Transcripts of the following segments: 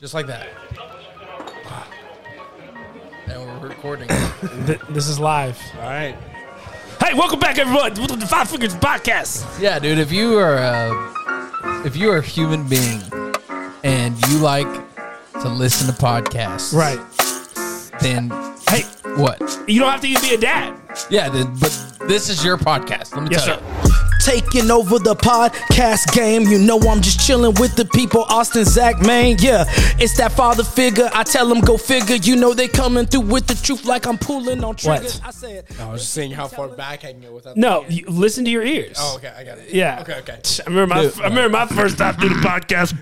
Just like that. Ah. And we're recording. Th- this is live. All right. Hey, welcome back, everyone, to the Five Fingers Podcast. yeah, dude. If you are, a, if you are a human being, and you like to listen to podcasts, Right. Then Hey, what? you don't have to even be a dad. Yeah, then, but this is your podcast. Let me Yes, tell sir. Taking over the podcast game. You know I'm just chilling with the people. Austin, Zach, man, yeah. It's that father figure. I tell them go figure. You know they coming through with the truth like I'm pulling on triggers. What? I said, I was just seeing how far back I can go without. No, you listen to your ears. Oh, okay. I got it. Yeah. Okay. Okay. I remember my I remember my first time through the podcast.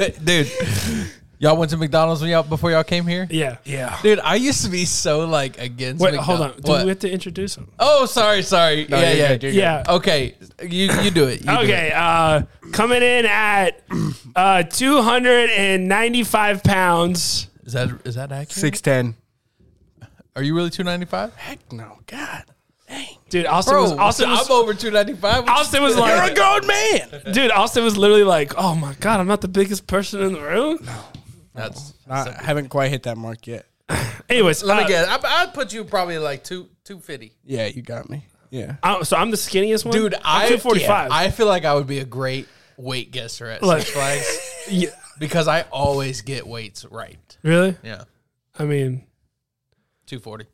you, dude. Y'all went to McDonald's when y'all before y'all came here. yeah, yeah. Dude, I used to be so like against. Wait, McDo- hold on. Do What? we have to introduce him? oh, sorry, sorry. yeah, you're yeah, good, you're good. Yeah. Okay, you you do it. You do it. Okay. Uh, coming in at uh, two hundred and ninety-five pounds. Is that is that accurate? Six ten. Are you really two ninety five? Heck no. God. Dang. Dude, Austin was Bro, Austin I'm was, over two ninety five. Austin was You're like, a grown man. dude, Austin was literally like, oh my god, I'm not the biggest person in the room. That's I haven't quite hit that mark yet. Anyways, Let uh, me guess. I, I'd put you probably like two two fifty. Yeah, you got me. Yeah. I- so I'm the skinniest one, Dude, I two forty five. yeah, I feel like I would be a great weight guesser at Look. Six Flags Yeah. because I always get weights right. Really? Yeah, I mean, two forty.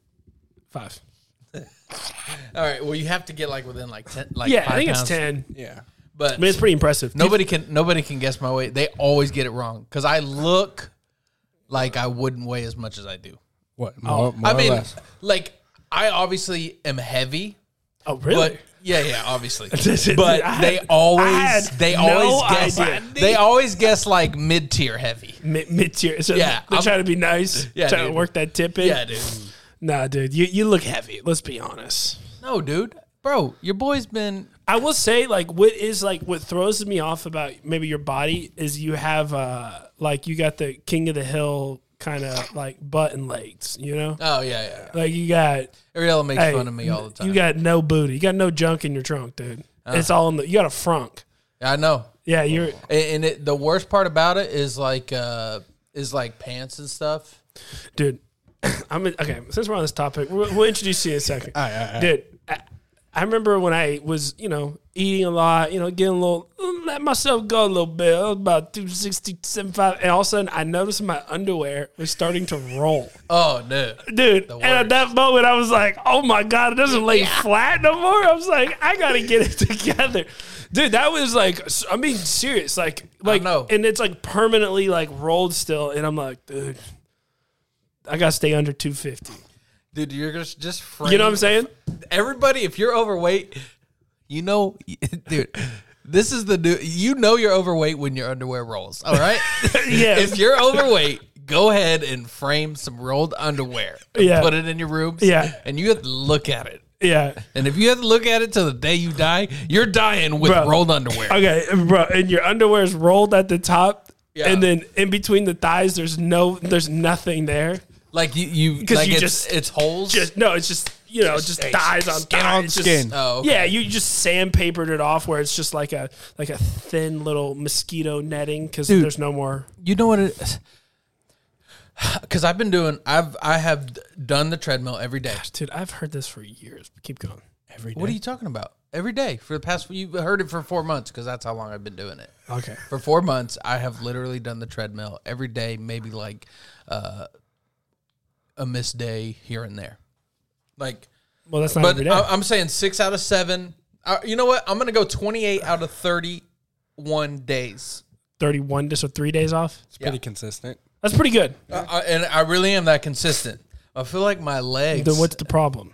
five. All right. Well, you have to get like within like ten. Like Yeah, five I think it's pounds. ten. Yeah. But I mean, it's pretty impressive. nobody can nobody can guess my weight. They always get it wrong because I look like I wouldn't weigh as much as I do. What? More, more I or mean, less? like I obviously am heavy, Oh, but really? yeah, yeah, obviously. Dude, but I had- they I always had they no always guess idea. they always guess like mid tier heavy. Mid tier. So Yeah, they're I'm- trying to be nice. Yeah, trying dude. to work that tip in. Yeah, dude. Nah, dude, you, you look heavy. Let's be honest. No, dude, bro, your boy's been I will say, like, what is like what throws me off about maybe your body is you have uh like you got the king of the hill kind of like butt and legs. You know, oh yeah yeah. like you got Ariella makes hey, fun of me all the time. Uh. You got no booty. You got no junk in your trunk, dude. It's all in the. You got a frunk. I know. Yeah, you're. And, and it, the worst part about it is like uh is like pants and stuff. dude. I'm in, okay. Since we're on this topic, we'll, we'll introduce you in a second, dude. I, I remember when I was, you know, eating a lot, you know, getting a little, let myself go a little bit. I was about 260, 75, and all of a sudden I noticed my underwear was starting to roll, Oh dude. dude. And at worst. that moment, I was like, "Oh my god, it doesn't lay flat no more." I was like, "I gotta get it together, dude." That was like, s- I'm being serious, like, like, know. and it's like permanently like rolled still, and I'm like, dude, I gotta stay under 250. Dude, you're just just You know what I'm saying? everybody, if you're overweight, you know, dude, this is the new. You know you're overweight when your underwear rolls. All right, Yeah. if you're overweight, go ahead and frame some rolled underwear. and Yeah. put it in your room. Yeah. and you have to look at it. Yeah. And if you have to look at it till the day you die, you're dying with Bro. rolled underwear. Okay, bro, and your underwear is rolled at the top. Yeah. And then in between the thighs, there's no, there's nothing there. Like you, you like you it's, just- it's holes. Just no, it's just you know, just, thighs on skin thighs. on It's skin. Just, Oh, okay. yeah, you just sandpapered it off where it's just like a like a thin little mosquito netting because there's no more. you know what it is? Because I've been doing, I've I have d- done the treadmill every day. Dude, I've heard this for years. Keep going. Every day. What are you talking about? Every day for the past, you heard it for four months because that's how long I've been doing it. Okay. For four months, I have literally done the treadmill every day, maybe like uh, a missed day here and there. Like, Well, that's not every but uh, day. I, I'm saying six out of seven. Uh, you know what? I'm going to go 28 out of 31 days. Thirty-one, just so three days off. It's pretty consistent. That's pretty good. Uh, I- and I really am that consistent. I feel like my legs. Then what's the problem?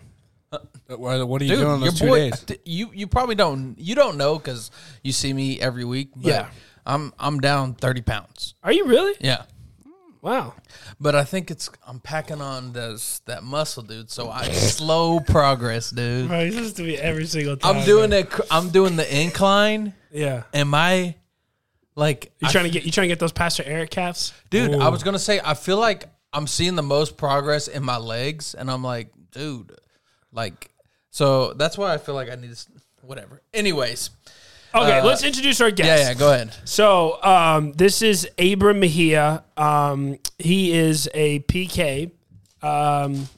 Uh, What what are you Dude, doing your those two boy, days? th- you you probably don't you don't know because you see me every week. But Yeah. I'm I'm down thirty pounds. Are you really? Yeah, Wow. but I think it's I'm packing on those that muscle, dude. So I slow progress, dude. Bro, he's supposed to be every single time. I'm doing it. I'm doing the incline. Yeah. Am I like You trying to get you trying to get those Pastor Eric calves? dude? I was gonna say I feel like I'm seeing the most progress in my legs, and I'm like, dude, like so that's why I feel like I need to, s- whatever. Anyways, Okay, Uh, let's introduce our guest. Yeah, yeah. Go ahead. So um, this is Abram Mejia. Um, he is a PK. Um,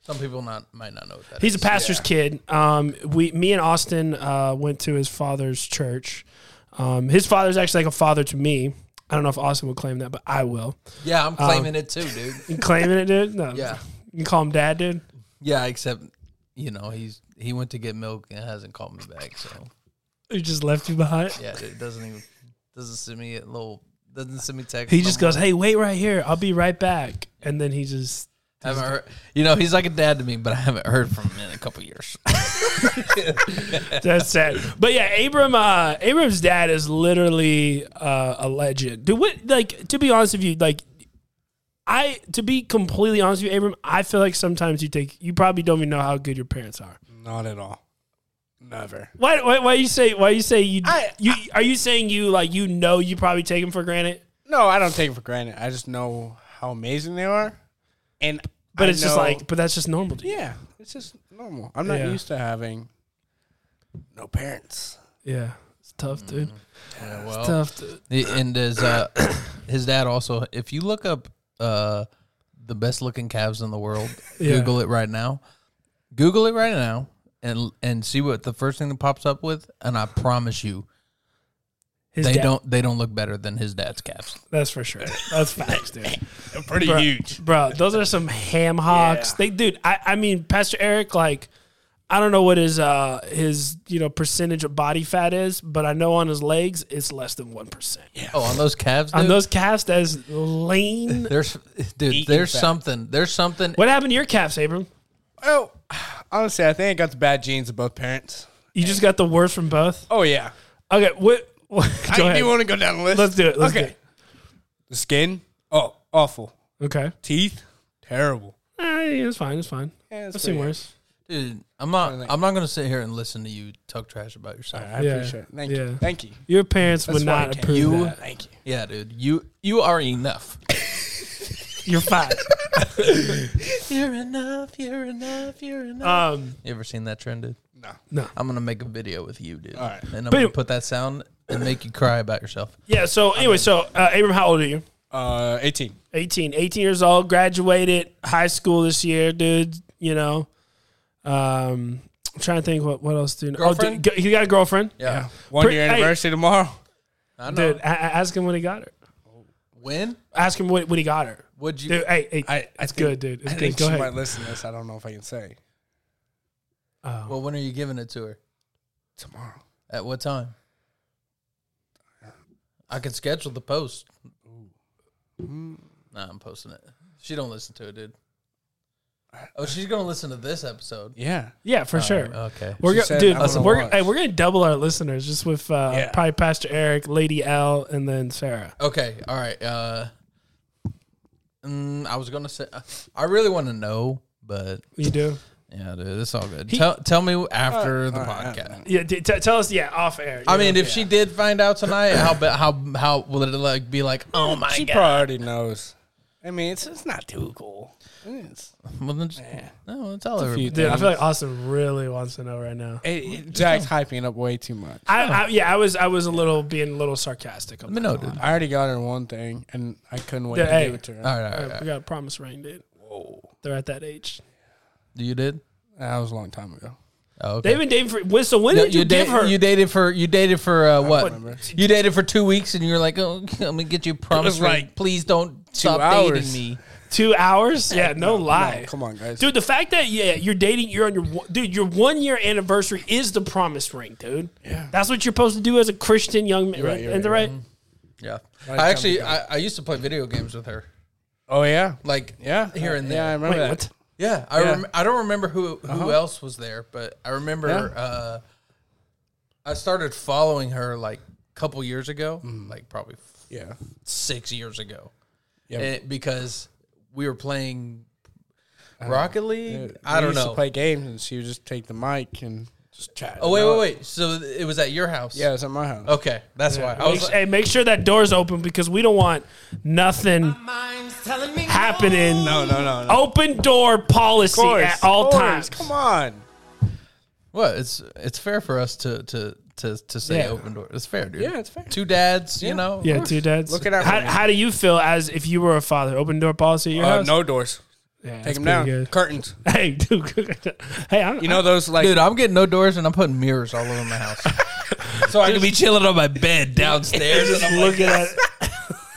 Some people not might not know what that is. he's a pastor's kid. Um, we, me and Austin uh, went to his father's church. Um, his father's actually like a father to me. I don't know if Austin will claim that, but I will. Yeah, I'm um, claiming it too, dude. You claiming it, dude? No. Yeah. You can call him dad, dude. Yeah, except you know he's he went to get milk and hasn't called me back. So He just left you behind. yeah, dude, doesn't even doesn't send me a little doesn't send me text. He no just goes, more. "Hey, wait right here. I'll be right back." And then he just haven't heard. You know, he's like a dad to me, but I haven't heard from him in a couple years. That's sad. But yeah, Abram uh Abram's dad is literally uh, a legend. Dude, what like to be honest with you, like I to be completely honest with you, Abram, I feel like sometimes you take you probably don't even know how good your parents are. Not at all. Never. Why why, why you say why you say you you are you saying you like you know you probably take them for granted? No, I don't take it for granted. I just know how amazing they are, and But I it's just know- like but that's just normal to you. yeah, it's just normal. I'm not Yeah. used to having no parents. Yeah. It's tough, dude. Yeah, It's well, tough, dude. he- and his uh, his dad also. If you look up uh, the best looking calves in the world, Yeah. Google it right now. Google it right now and and see what the first thing that pops up with. And I promise you, His they dad- don't they don't look better than his dad's calves. That's for sure. That's facts, dude. They're pretty Bruh, huge. bro. Those are some ham hocks. Yeah. They, dude. I, I mean, Pastor Eric, like, I don't know what his uh his you know percentage of body fat is, but I know on his legs it's less than one percent. Oh, on those calves, dude. On those calves, that's lean. There's, dude. Eating there's fat. something. There's something. what happened to your calves, Abram? Oh, honestly, I think I got the bad genes of both parents. You just got the worst from both. Oh yeah, Okay, what? what go I ahead. do want to go down the list. Let's do it. Let's okay, the skin. Oh, awful. do it. Okay. Teeth. Terrible. Eh, yeah, it's fine. It's fine. Yeah, it's I've seen pretty- worse. Dude, I'm not. I'm not gonna sit here and listen to you talk trash about yourself. All right, I Yeah. appreciate it. Thank Yeah. you. Thank you. Your parents That's would why I not can't. approve. You- that. Thank you. Yeah, dude. You you are enough. You're fine. you're enough. You're enough. You're enough. um, you ever seen that trend, dude? No. I'm gonna make a video with you, dude. All right. And I'm But- gonna put that sound and make you cry about yourself. yeah. So anyway, so uh, Abram, how old are you? Uh, 18. 18 18 years old graduated high school this year dude you know um I'm trying to think what what else do Girlfriend? oh dude, he got a girlfriend Yeah. One Pre- year hey. anniversary tomorrow. I know. dude a- a- ask him when he got her When ask him when, when he got her would you? dude hey, hey I, I it's think- good dude it's I good think go she ahead might listen to this. I don't know if I can say Oh. Well, when are you giving it to her? tomorrow. At what time? I can schedule the post. Nah, I'm posting it. She don't listen to it, dude. Oh, she's gonna listen to this episode. Yeah. yeah for sure Okay. we're uh, She gonna, said, dude. "I wanna We're watch." hey, we're gonna double our listeners just with uh, Yeah. probably Pastor Eric, Lady L, and then Sarah. Okay. All right. Uh, mm, I was gonna say I really want to know, but You do, yeah, dude, it's all good. tell tell me after the podcast. yeah. d- t- tell us, yeah, off air. I you mean, know? if she did find out tonight, how ba- how how will it like be like? Oh my She god! probably already knows. I mean, it's, it's not too cool. It's, well, then just, no, well, tell her. few dude, I feel like Austin really wants to know right now. it, it- Jack's hyping up way too much. I, I yeah, I was I was a little being a little sarcastic. Let me know, dude. I already got her one thing, and I couldn't wait Yeah, to hey. give it to her. All right, all right. We got a promise ring, dude. Whoa. They're at that age. You did? That was a long time ago. Oh, okay. They've been dating for. When, so when No, did you, da- give her? You dated for you dated for uh, what? remember. You dated for two weeks, and you were like, "Oh, I'm gonna get you a promise was ring. like Please don't stop dating hours. me." two hours? Yeah, no, lie. No, come on, guys. dude. The fact that yeah, you're dating, you're on your one- dude. Your one year anniversary is the promise ring, dude. Yeah, that's what you're supposed to do as a Christian young man, right, right? you're Is that right, right? Yeah, Right, I actually come I, I used to play video games with her, Oh, yeah. like Yeah. here and Yeah, I there. remember Wait, that. what? Yeah, I Yeah. Uh-huh. Rem- I don't remember who who else was there, but I remember Yeah. uh, I started following her like a couple years ago, Mm-hmm. like probably f- Yeah. six years ago, Yeah. Eh, because we were playing Rocket League. I Uh, We don't used know. to play games, and she would just take the mic and just chat. Oh wait, No, wait, wait. So th- it was at your house. Yeah, it's at my house. Okay, that's why. I Make- was like, hey, make sure that door's open because we don't want nothing happening. No, no, no, no. Open door policy at all times. Come on. what? It's it's fair for us to to to to say Yeah. open door. It's fair, dude. Yeah, it's fair. Two dads, Yeah. you know. Yeah, two dads. Look it up, How, man. how do you feel as if you were a father? Open door policy at your Uh, house? no doors. Yeah, Take that's them down. pretty good. Curtains. Hey, dude. hey, I'm, You know those like Dude, I'm getting no doors and I'm putting mirrors all over my house. so I can be chilling on my bed I'm downstairs. just looking at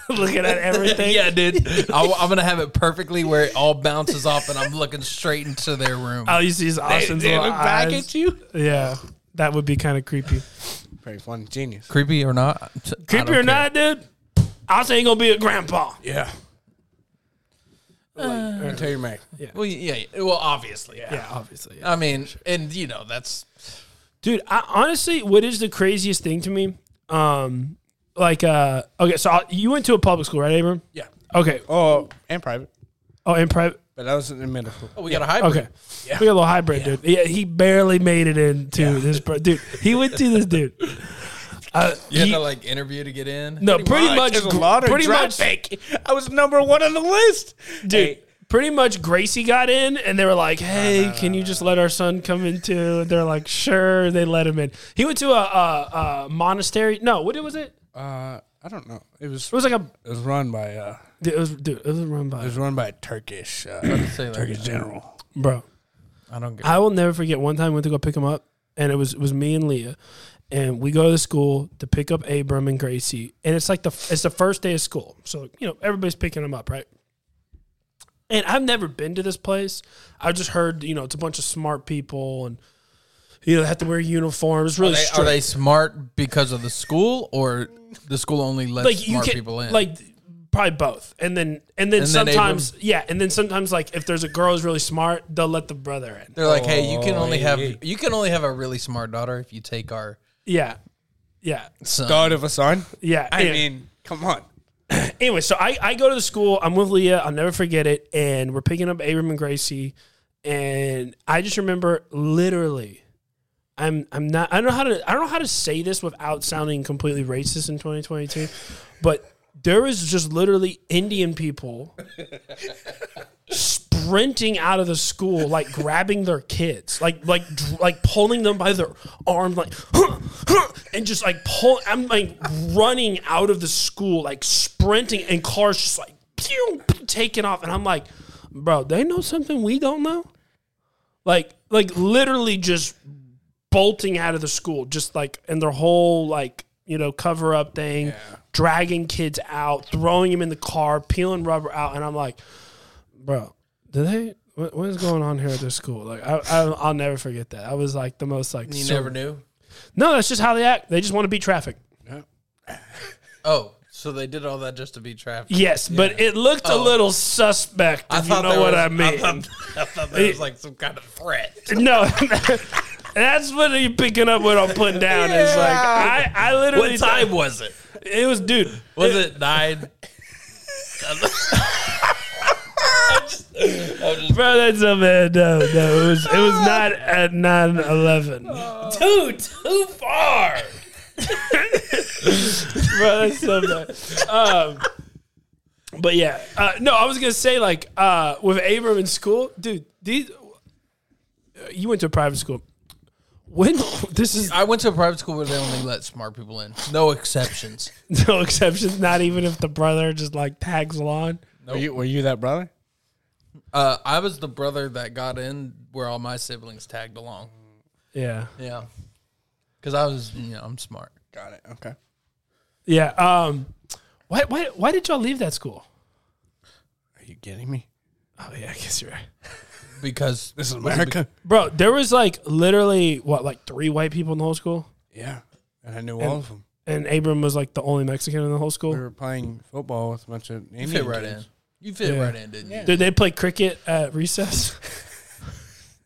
looking at everything. yeah, dude. I, am going to have it perfectly where it all bounces off and I'm looking straight into their room. All you see is Austin's they little look back eyes. at you. Yeah, that would be kind of creepy. Very fun. Genius. Creepy or not? Creepy or not, dude? Austin ain't gonna be a grandpa. Yeah. Uh, Like, tell your Mac. Well, yeah, yeah. Well, obviously. Yeah, obviously. I mean, and you know, that's dude I, honestly what is the craziest thing to me um like uh okay so I, you went to a public school right Abram Yeah. okay Oh, and private, oh and private but that was in the middle school. oh, we got a hybrid. okay we got a little hybrid dude yeah he barely made it into this bro- dude he went to this dude uh, You had he- to like interview to get in. no pretty much, There's a lot of pretty drop much pick. I was number one on the list, dude Hey, pretty much Gracie got in and they were like, "Hey, can you just let our son come in too?" And they're like, "Sure." They let him in. He went to a, a, a monastery. No, what was it? uh, I don't know. It was It was like a it was run by uh, Dude, it was dude, it was run it by was run by a Turkish uh, Say like, Turkish general. bro. I don't get I will never forget one time we went to go pick him up, and it was it was me and Leah, and we go to the school to pick up Abram and Gracie, and it's like the it's the first day of school, so you know everybody's picking them up, right? And I've never been to this place. I just heard you know it's a bunch of smart people, and you know they have to wear uniforms. It's really They- strict. are they smart because of the school, or the school only lets like you smart can people in? like probably both and then and then And then they sometimes yeah and then sometimes like if there's a girl who's really smart they'll let the brother in they're like, hey, you can Oh, only yeah, have yeah. you can only have a really smart daughter if you take our yeah yeah son. God of a son. yeah I yeah. mean, come on. anyway, so I, I go to the school. I'm with Leah. I'll never forget it. And we're picking up Abram and Gracie. And I just remember literally, I'm I'm not I don't know how to I don't know how to say this without sounding completely racist in 2022, but there is just literally Indian people sprinting out of the school like grabbing their kids like like dr- like pulling them by their arm like "Huh, huh," and just like pull i'm like running out of the school like sprinting and cars just like pew, pew, taking off and i'm like bro they know something we don't know like like literally just bolting out of the school just like and their whole like you know cover up thing dragging kids out throwing them in the car peeling rubber out and i'm like bro do they what, what is going on here at this school like I, I i'll never forget that i was like the most like you so- never knew. no that's just how they act they just want to beat traffic Oh, so they did all that just to be trapped. yes but it looked Oh. a little suspect if you know there what was- i mean thought, I thought that was like some kind of threat. no That's what you're picking up what I'm putting down. It's like I, I literally What time was it? it was dude. Was it nine? Bro, that's a man. No, no, it was it was not at nine eleven. Dude, too far. Bro, that's so bad. Um, but yeah, uh, no, I was gonna say like uh, with Abram in school, dude. These uh, you went to a private school. When this is I went to a private school where they only let smart people in. No exceptions. no exceptions. Not even if the brother just like tags along. Were you were you that brother? Uh, I was the brother that got in where all my siblings tagged along. Yeah, Yeah. Because I was, you know, I'm smart. Got it. Okay. yeah. Um, why why why did y'all leave that school? Are you kidding me? Oh yeah, I guess you're right. Because This is America. Bro, there was like literally what like three white people in the whole school, Yeah, and I knew all of them. and Abram was like the only Mexican in the whole We school. were playing football with a bunch of Indian you fit right in. kids. You fit Yeah. right in, didn't you? Did they play cricket at recess?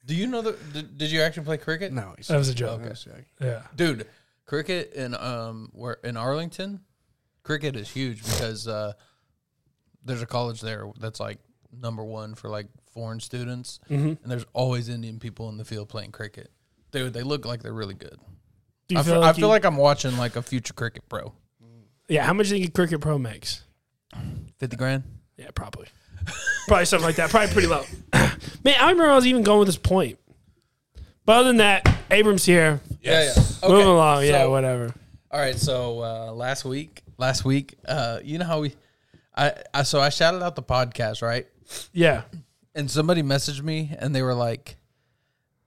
Do you know the? Did, did you actually play cricket? No, he's That was a joke. That's a joke. Yeah. dude. Cricket in um, where in Arlington, cricket is huge because uh, there's a college there that's like number one for like foreign students, Mm-hmm. and there's always Indian people in the field playing cricket. Dude, they look like they're really good. Do I you feel, I feel you- like I'm watching like a future cricket pro. yeah. How much do you think a cricket pro makes? Fifty grand. Yeah, probably, probably something like that. Probably pretty low. Man, I remember I was even going with this point. But other than that, Abrams here. Yes. Yeah, yeah. Moving along. yeah, so- whatever. All right, so uh, last week, last week, uh, you know how we, I, I, so I shouted out the podcast, right? Yeah. And somebody messaged me, and they were like,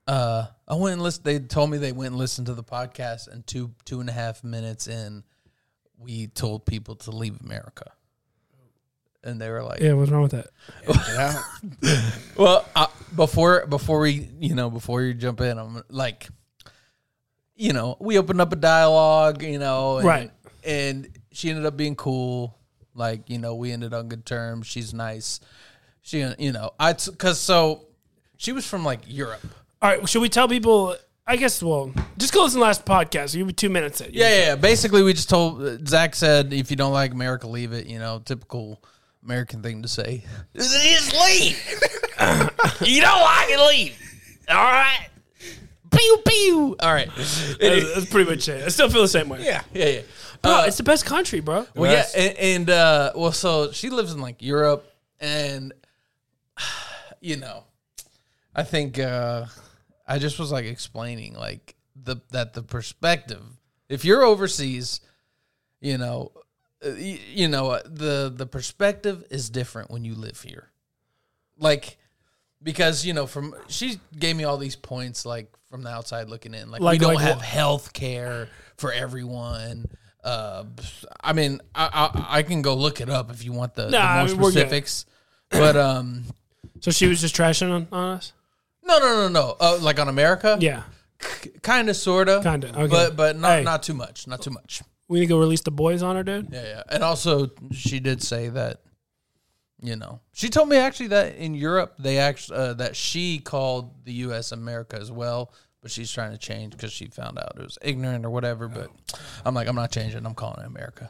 uh, "I went and listened." They told me they went and listened to the podcast, and two two and a half minutes in, we told people to leave America, and they were like, Yeah, what's wrong with that? Yeah. Well, I, before before we you know before you jump in, I'm like, you know, we opened up a dialogue, you know, and, Right. And she ended up being cool. Like you know, we ended on good terms. She's nice. She you know I because so she was from like Europe. All right, should we tell people? I guess, well, just go listen to the last podcast. You'll be two minutes in. Yeah, yeah. yeah. Basically, we just told Zach said if you don't like America, leave it. You know, typical American thing to say. Just leave. you don't like it, leave. All right. Pew pew. All right. That's, that's pretty much it. I still feel the same way. Yeah. Yeah, yeah. Bro, it's the best country, bro. Well, yeah, and, and uh, well, so she lives in like Europe, and you know, I think uh, I just was like explaining like the that the perspective. If you're overseas, you know, uh, y- you know uh, the the perspective is different when you live here, like because you know from she gave me all these points like from the outside looking in like, we Like- don't like have health care for everyone uh i mean I, I i can go look it up if you want the, the Nah, I mean, more we're good. specifics but um So she was just trashing on, on us? no no no no uh, like on america Yeah. kind of sort of Kinda, okay. but but not Hey. not too much not too much We need to go release the boys on her, dude. yeah yeah and also she did say that you know she told me actually that in europe they actually uh, that she called the us america as well but she's trying to change because she found out it was ignorant or whatever but Oh. i'm like i'm not changing i'm calling it america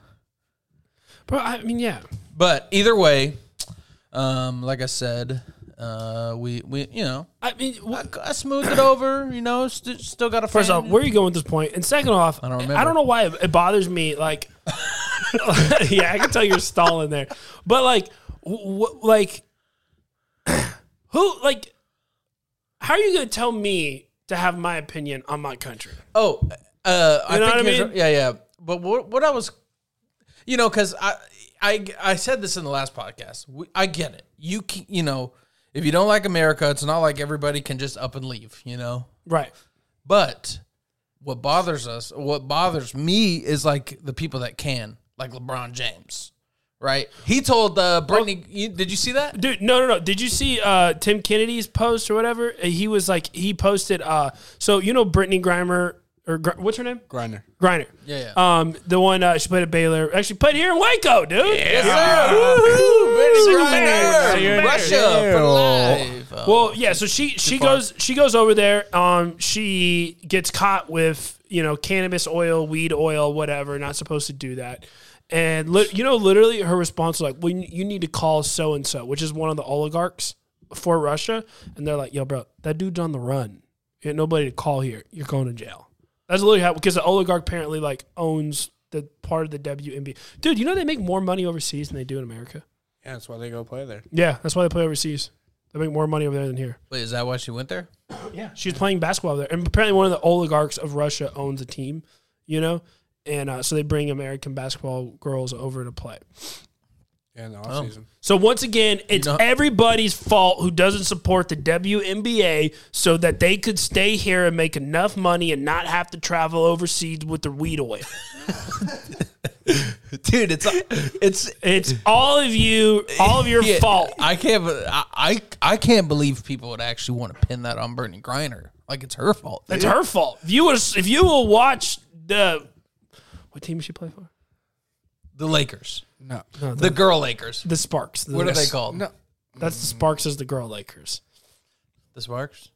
Bro, I mean, yeah. But either way, um, like I said, uh, we we you know I mean, wh- I, I smoothed it over. You know, st- still got a first fan. off, where are you going with this point? And second off, I don't don't, remember. know why it, it bothers me. Like, yeah, I can tell you're stalling there. But, like, wh- wh- like, who, like, how are you going to tell me to have my opinion on my country? Oh, uh, I You know think what I here's- mean? yeah, yeah. But what what I was, you know, because I I I said this in the last podcast. We, I get it. You can, you know, if you don't like America, it's not like everybody can just up and leave. You know, Right. But what bothers us, what bothers me is like the people that can, like LeBron James, right? He told uh, Oh. Brittany, you, did you see that? Dude, no, no, no. Did you see uh, Tim Kennedy's post or whatever? Uh, He was like, he posted. Uh, so you know, Brittany Grimer or Gr- what's her name? Grinder. Griner. Yeah, yeah. Um, the one uh, she played at Baylor. Actually, played here in Waco, dude. Yes, sir. Russia for Ew. life. Uh, Well, yeah. So she she goes she goes over there. Um, she gets caught with you know cannabis oil, weed oil, whatever. Not supposed to do that. And li- you know, literally, her response was like, "Well, you you need to call so and so, which is one of the oligarchs for Russia." And they're like, "Yo, bro, that dude's on the run. You had nobody to call here. You're going to jail." That's literally how because the oligarch apparently like owns the part of the WNBA. Dude, you know they make more money overseas than they do in America. Yeah, that's why they go play there. Yeah, that's why they play overseas. They make more money over there than here. Wait, is that why she went there? Yeah, she was playing basketball there, and apparently one of the oligarchs of Russia owns a team, you know, and uh, so they bring American basketball girls over to play. Yeah, in the offseason. So once again, it's know- everybody's fault who doesn't support the WNBA so that they could stay here and make enough money and not have to travel overseas with the weed oil. Dude, it's it's It's all of you, all of your yeah, fault. I can't be- I, I I can't believe people would actually want to pin that on Brittany Griner. Like it's her fault. It's her fault. If you was, if you will watch the what team does she play for? The Lakers, No. the girl Lakers. The Sparks. The- What are they called? No. That's the Sparks as the girl Lakers. The Sparks.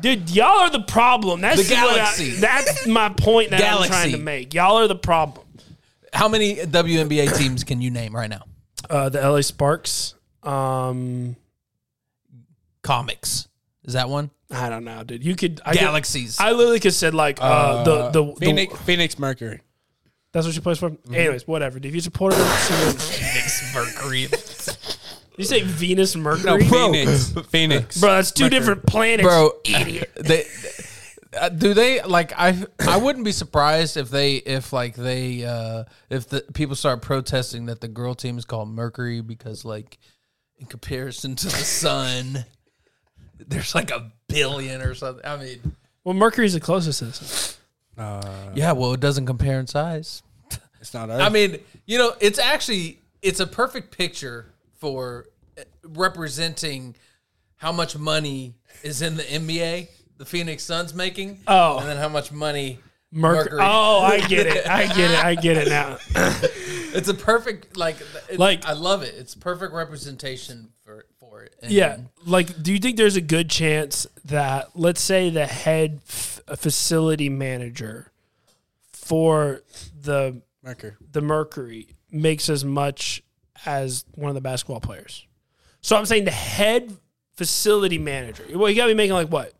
Dude, y'all are the problem. That's The what I- galaxy. that's my point that Galaxy. I'm trying to make. Y'all are the problem. How many WNBA teams can you name right now? Uh, the LA Sparks. Um, Comics. Is that one? I don't know, dude. You could I Galaxies. Could, I literally could said like uh, the the, the- Phoenix, Phoenix Mercury. That's what she plays for. Mm-hmm. Anyways, whatever. Dude, if you support her, she wins. Phoenix Mercury. you say Venus, Mercury, Phoenix. Phoenix. bro. That's two different planets, Bro, they, Uh, do they like I? I wouldn't be surprised if they if like they uh if the people start protesting that the girl team is called Mercury because like in comparison to the sun, there's like a billion or something. I mean, Well, Mercury's the closest citizen. yeah, well, it doesn't compare in size. Uh, It's not Earth. I mean, you know, it's actually it's a perfect picture for eh, representing how much money is in the NBA, the Phoenix Suns making, Oh. and then how much money Mercury. Oh, I get it. I get it. I get it now. It's a perfect like it's, Like- like I love it. It's perfect representation for for it. And Yeah. Like, do you think there's a good chance that, let's say, the head f- uh, facility manager for the Mercury. the Mercury makes as much as one of the basketball players. So I'm saying the head facility manager. Well, you got to be making like what?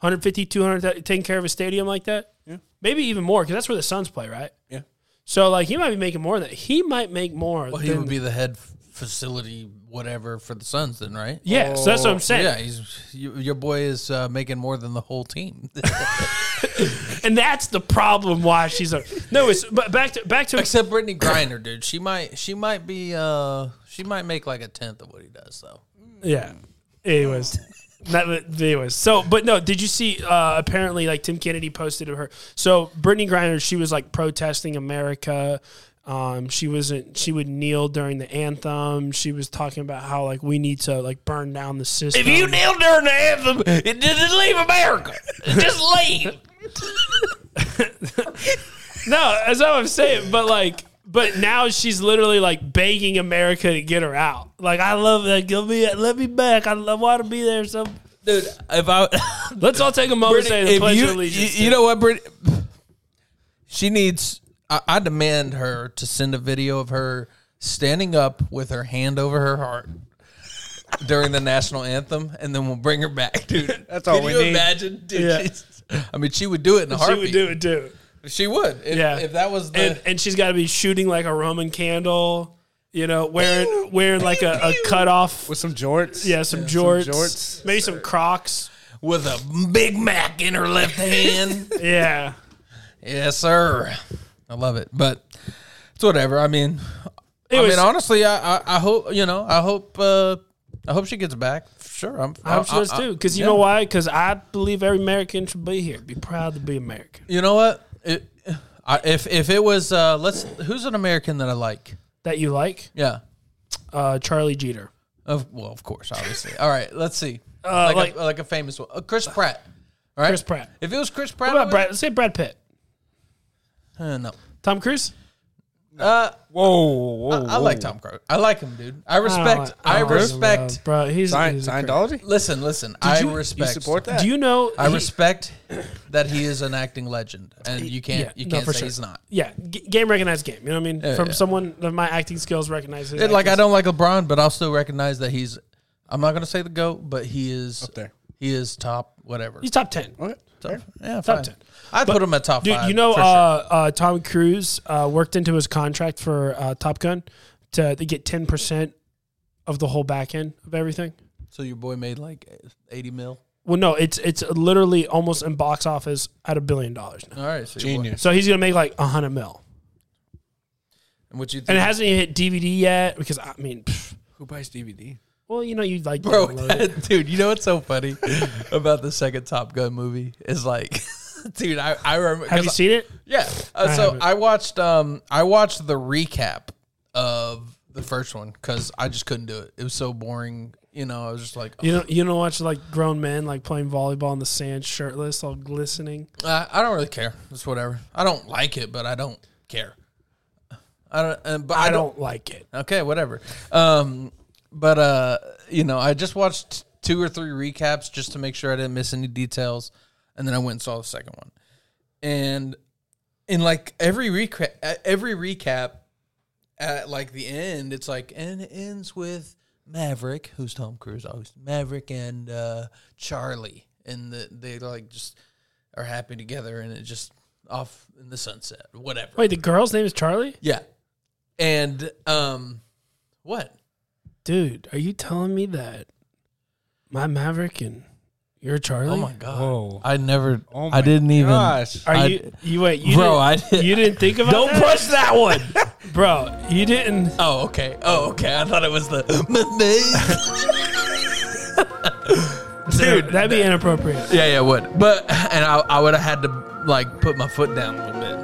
150, 200, uh, taking care of a stadium like that? Yeah. Maybe even more because that's where the Suns play, right? Yeah. So like he might be making more than that. He might make more. Well, he than, would be the head f- facility whatever for the Suns then, right? yeah. So that's what I'm saying. Oh, Yeah, he's you, your boy is uh, making more than the whole team, And that's the problem why she's like no. It's but back to back to except Brittany Griner, dude. She might, she might be, uh, she might make like a tenth of what he does, though. yeah. Anyways. Not, anyways, so but no, did you see? Uh, apparently, like Tim Kennedy posted of her. So Brittany Griner, she was like protesting America. Um, she wasn't. She would kneel during the anthem. She was talking about how like we need to like burn down the system. If you kneel during the anthem, it doesn't leave America. Just leave. No, that's what I'm saying. But like, but now she's literally like begging America to get her out. Like, I love that. Give me, let me back. I love, want to be there. So Dude, if I, let's all take a moment to say the if pledge of you, allegiance. you, you know what, Brittany, she needs. I, I demand her to send a video of her standing up with her hand over her heart. During the national anthem, and then we'll bring her back, dude. That's all Can we you need. Imagine, dude. Yeah. she's- I mean, she would do it in a she heartbeat. would do it too. She would. If, Yeah. if that was the And and she's got to be shooting like a Roman candle. You know, wearing wearing like a, a cutoff. With some jorts. Yeah, some jorts, jorts. maybe some Crocs. with a Big Mac in her left hand. Yeah, yes, sir. I love it, but it's whatever. I mean, I was- mean, honestly, I, I, I hope you know. I hope uh, I hope she gets back. Sure, I'm. I hope she does too. Because you know why? Because I believe every American should be here. Be proud to be American. You know what? It, I, if if it was uh, let's who's an American that I like? That you like, Yeah. uh, Charlie Jeter. Of well, of course, obviously. All right, let's see. Uh, like like- a, like a famous one, uh, Chris Pratt. All right, Chris Pratt. If it was Chris Pratt, What about I Brad? Let's say Brad Pitt. would- uh, no. Tom Cruise? Uh, Whoa, whoa, I like Tom Cruise. I like him, dude. I respect. I, respect. bro. He's, Sci- he's a Scientology. Listen, listen. I you- you respect. support creep. that? Do you know? I he- respect that he is an acting legend, and you can't yeah, you no, can't for say sure. he's not. Yeah, g- game recognized game. You know what I mean? From yeah. someone that my acting skills recognizes. It- like I don't like LeBron, but I'll still recognize that he's. I'm not gonna say the goat, but he is up there. He is top whatever. He's top ten. Okay. top, yeah, top fine. 10. I'd put him at top Dude, five. you know, for sure. uh, uh, Tom Cruise uh, worked into his contract for uh, Top Gun to, to get ten percent of the whole back end of everything. so your boy made like 80 mil. Well, no, it's it's literally almost in box office at a billion dollars now. All right, so your boy- Genius. So he's gonna make like a hundred mil, And what you think, and it hasn't even hit DVD yet because I mean. pff, Who buys DVD? Well, you know, you Oh, like bro? download it. dude, you know what's so funny about the second Top Gun movie is like, dude, I I remember. Have 'cause you seen it? Yeah. Uh, I so haven't. I watched um I watched the recap of the first one because I just couldn't do it. It was so boring. You know, I was just like, You don't you don't watch like grown men like playing volleyball in the sand, shirtless, all glistening. I, "Uh, I don't really care. It's whatever. I don't like it, but I don't care. I don't. Uh, but I, I don't, don't like it. Okay, whatever. Um, but uh, you know, I just watched two or three recaps just to make sure I didn't miss any details, and then I went and saw the second one. And in like every recap, every recap at like the end, it's like and it ends with Maverick, who's Tom Cruise, always Maverick and uh, Charlie, and the, they like just are happy together, and it just off in the sunset, whatever. Wait, the girl's name is Charlie? Yeah. And um what? Dude, are you telling me that my Maverick and You're Charlie. Oh my god! Whoa. I never. Oh I my didn't gosh. Are I- you? You wait. You Bro, didn't, I didn't- You didn't think about Don't that? push that one. bro. You didn't. even. Oh okay. Oh okay. I thought it was the dude. That'd be inappropriate. Yeah, yeah, it would. But and I, I would have had to like put my foot down a little bit.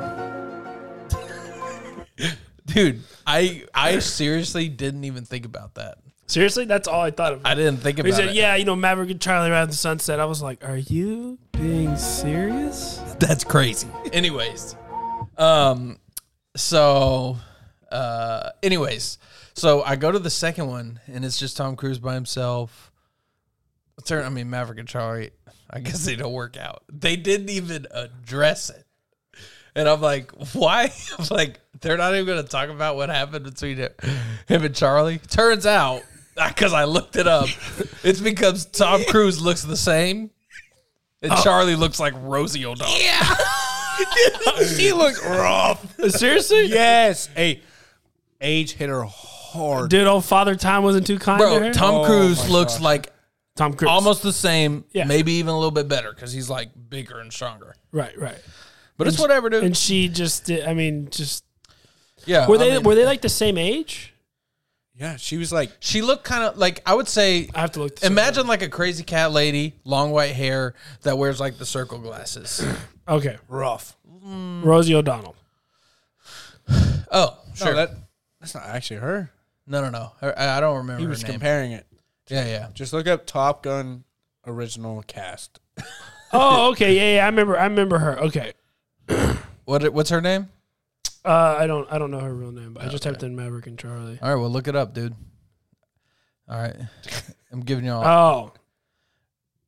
Dude, I I seriously didn't even think about that. Seriously, that's all I thought of. I didn't think about He said, it. "Yeah, you know, Maverick and Charlie around the sunset." I was like, "Are you being serious?" That's crazy. anyways, um, so, uh, anyways, so I go to the second one, and it's just Tom Cruise by himself. Turn, I mean Maverick and Charlie. I guess they don't work out. They didn't even address it, and I'm like, why? I'm like, they're not even going to talk about what happened between him him and Charlie. Turns out. Because I looked it up, it's because Tom Cruise looks the same, and Charlie looks like Rosie O'Donnell. she looks rough. Seriously, yes. Hey, age hit her hard. dude. Old Father Time wasn't too kind to Bro, her. Tom Oh Cruise my looks gosh. like Tom Cruise. almost the same, Yeah. maybe even a little bit better because he's like bigger and stronger. right, right. But it's whatever, dude. And she just, did, I mean, just yeah, were I they mean, were they like the same age? Yeah, she was like, she looked kind of like I would say. I have to look. This up. Imagine like a crazy cat lady, long white hair that wears like the circle glasses. Okay, rough. Rosie O'Donnell. Oh, sure. No, that, that's not actually her. no, no, no. Her- I I don't remember He her was name. comparing it. yeah, yeah. Just look up Top Gun original cast. Oh, okay, yeah, yeah. I remember. I remember her. Okay, What? What's her name? uh, I don't, I don't know her real name, but I Uh, just typed in Maverick and Charlie. All right, well, look it up, dude. All right, I'm giving y'all.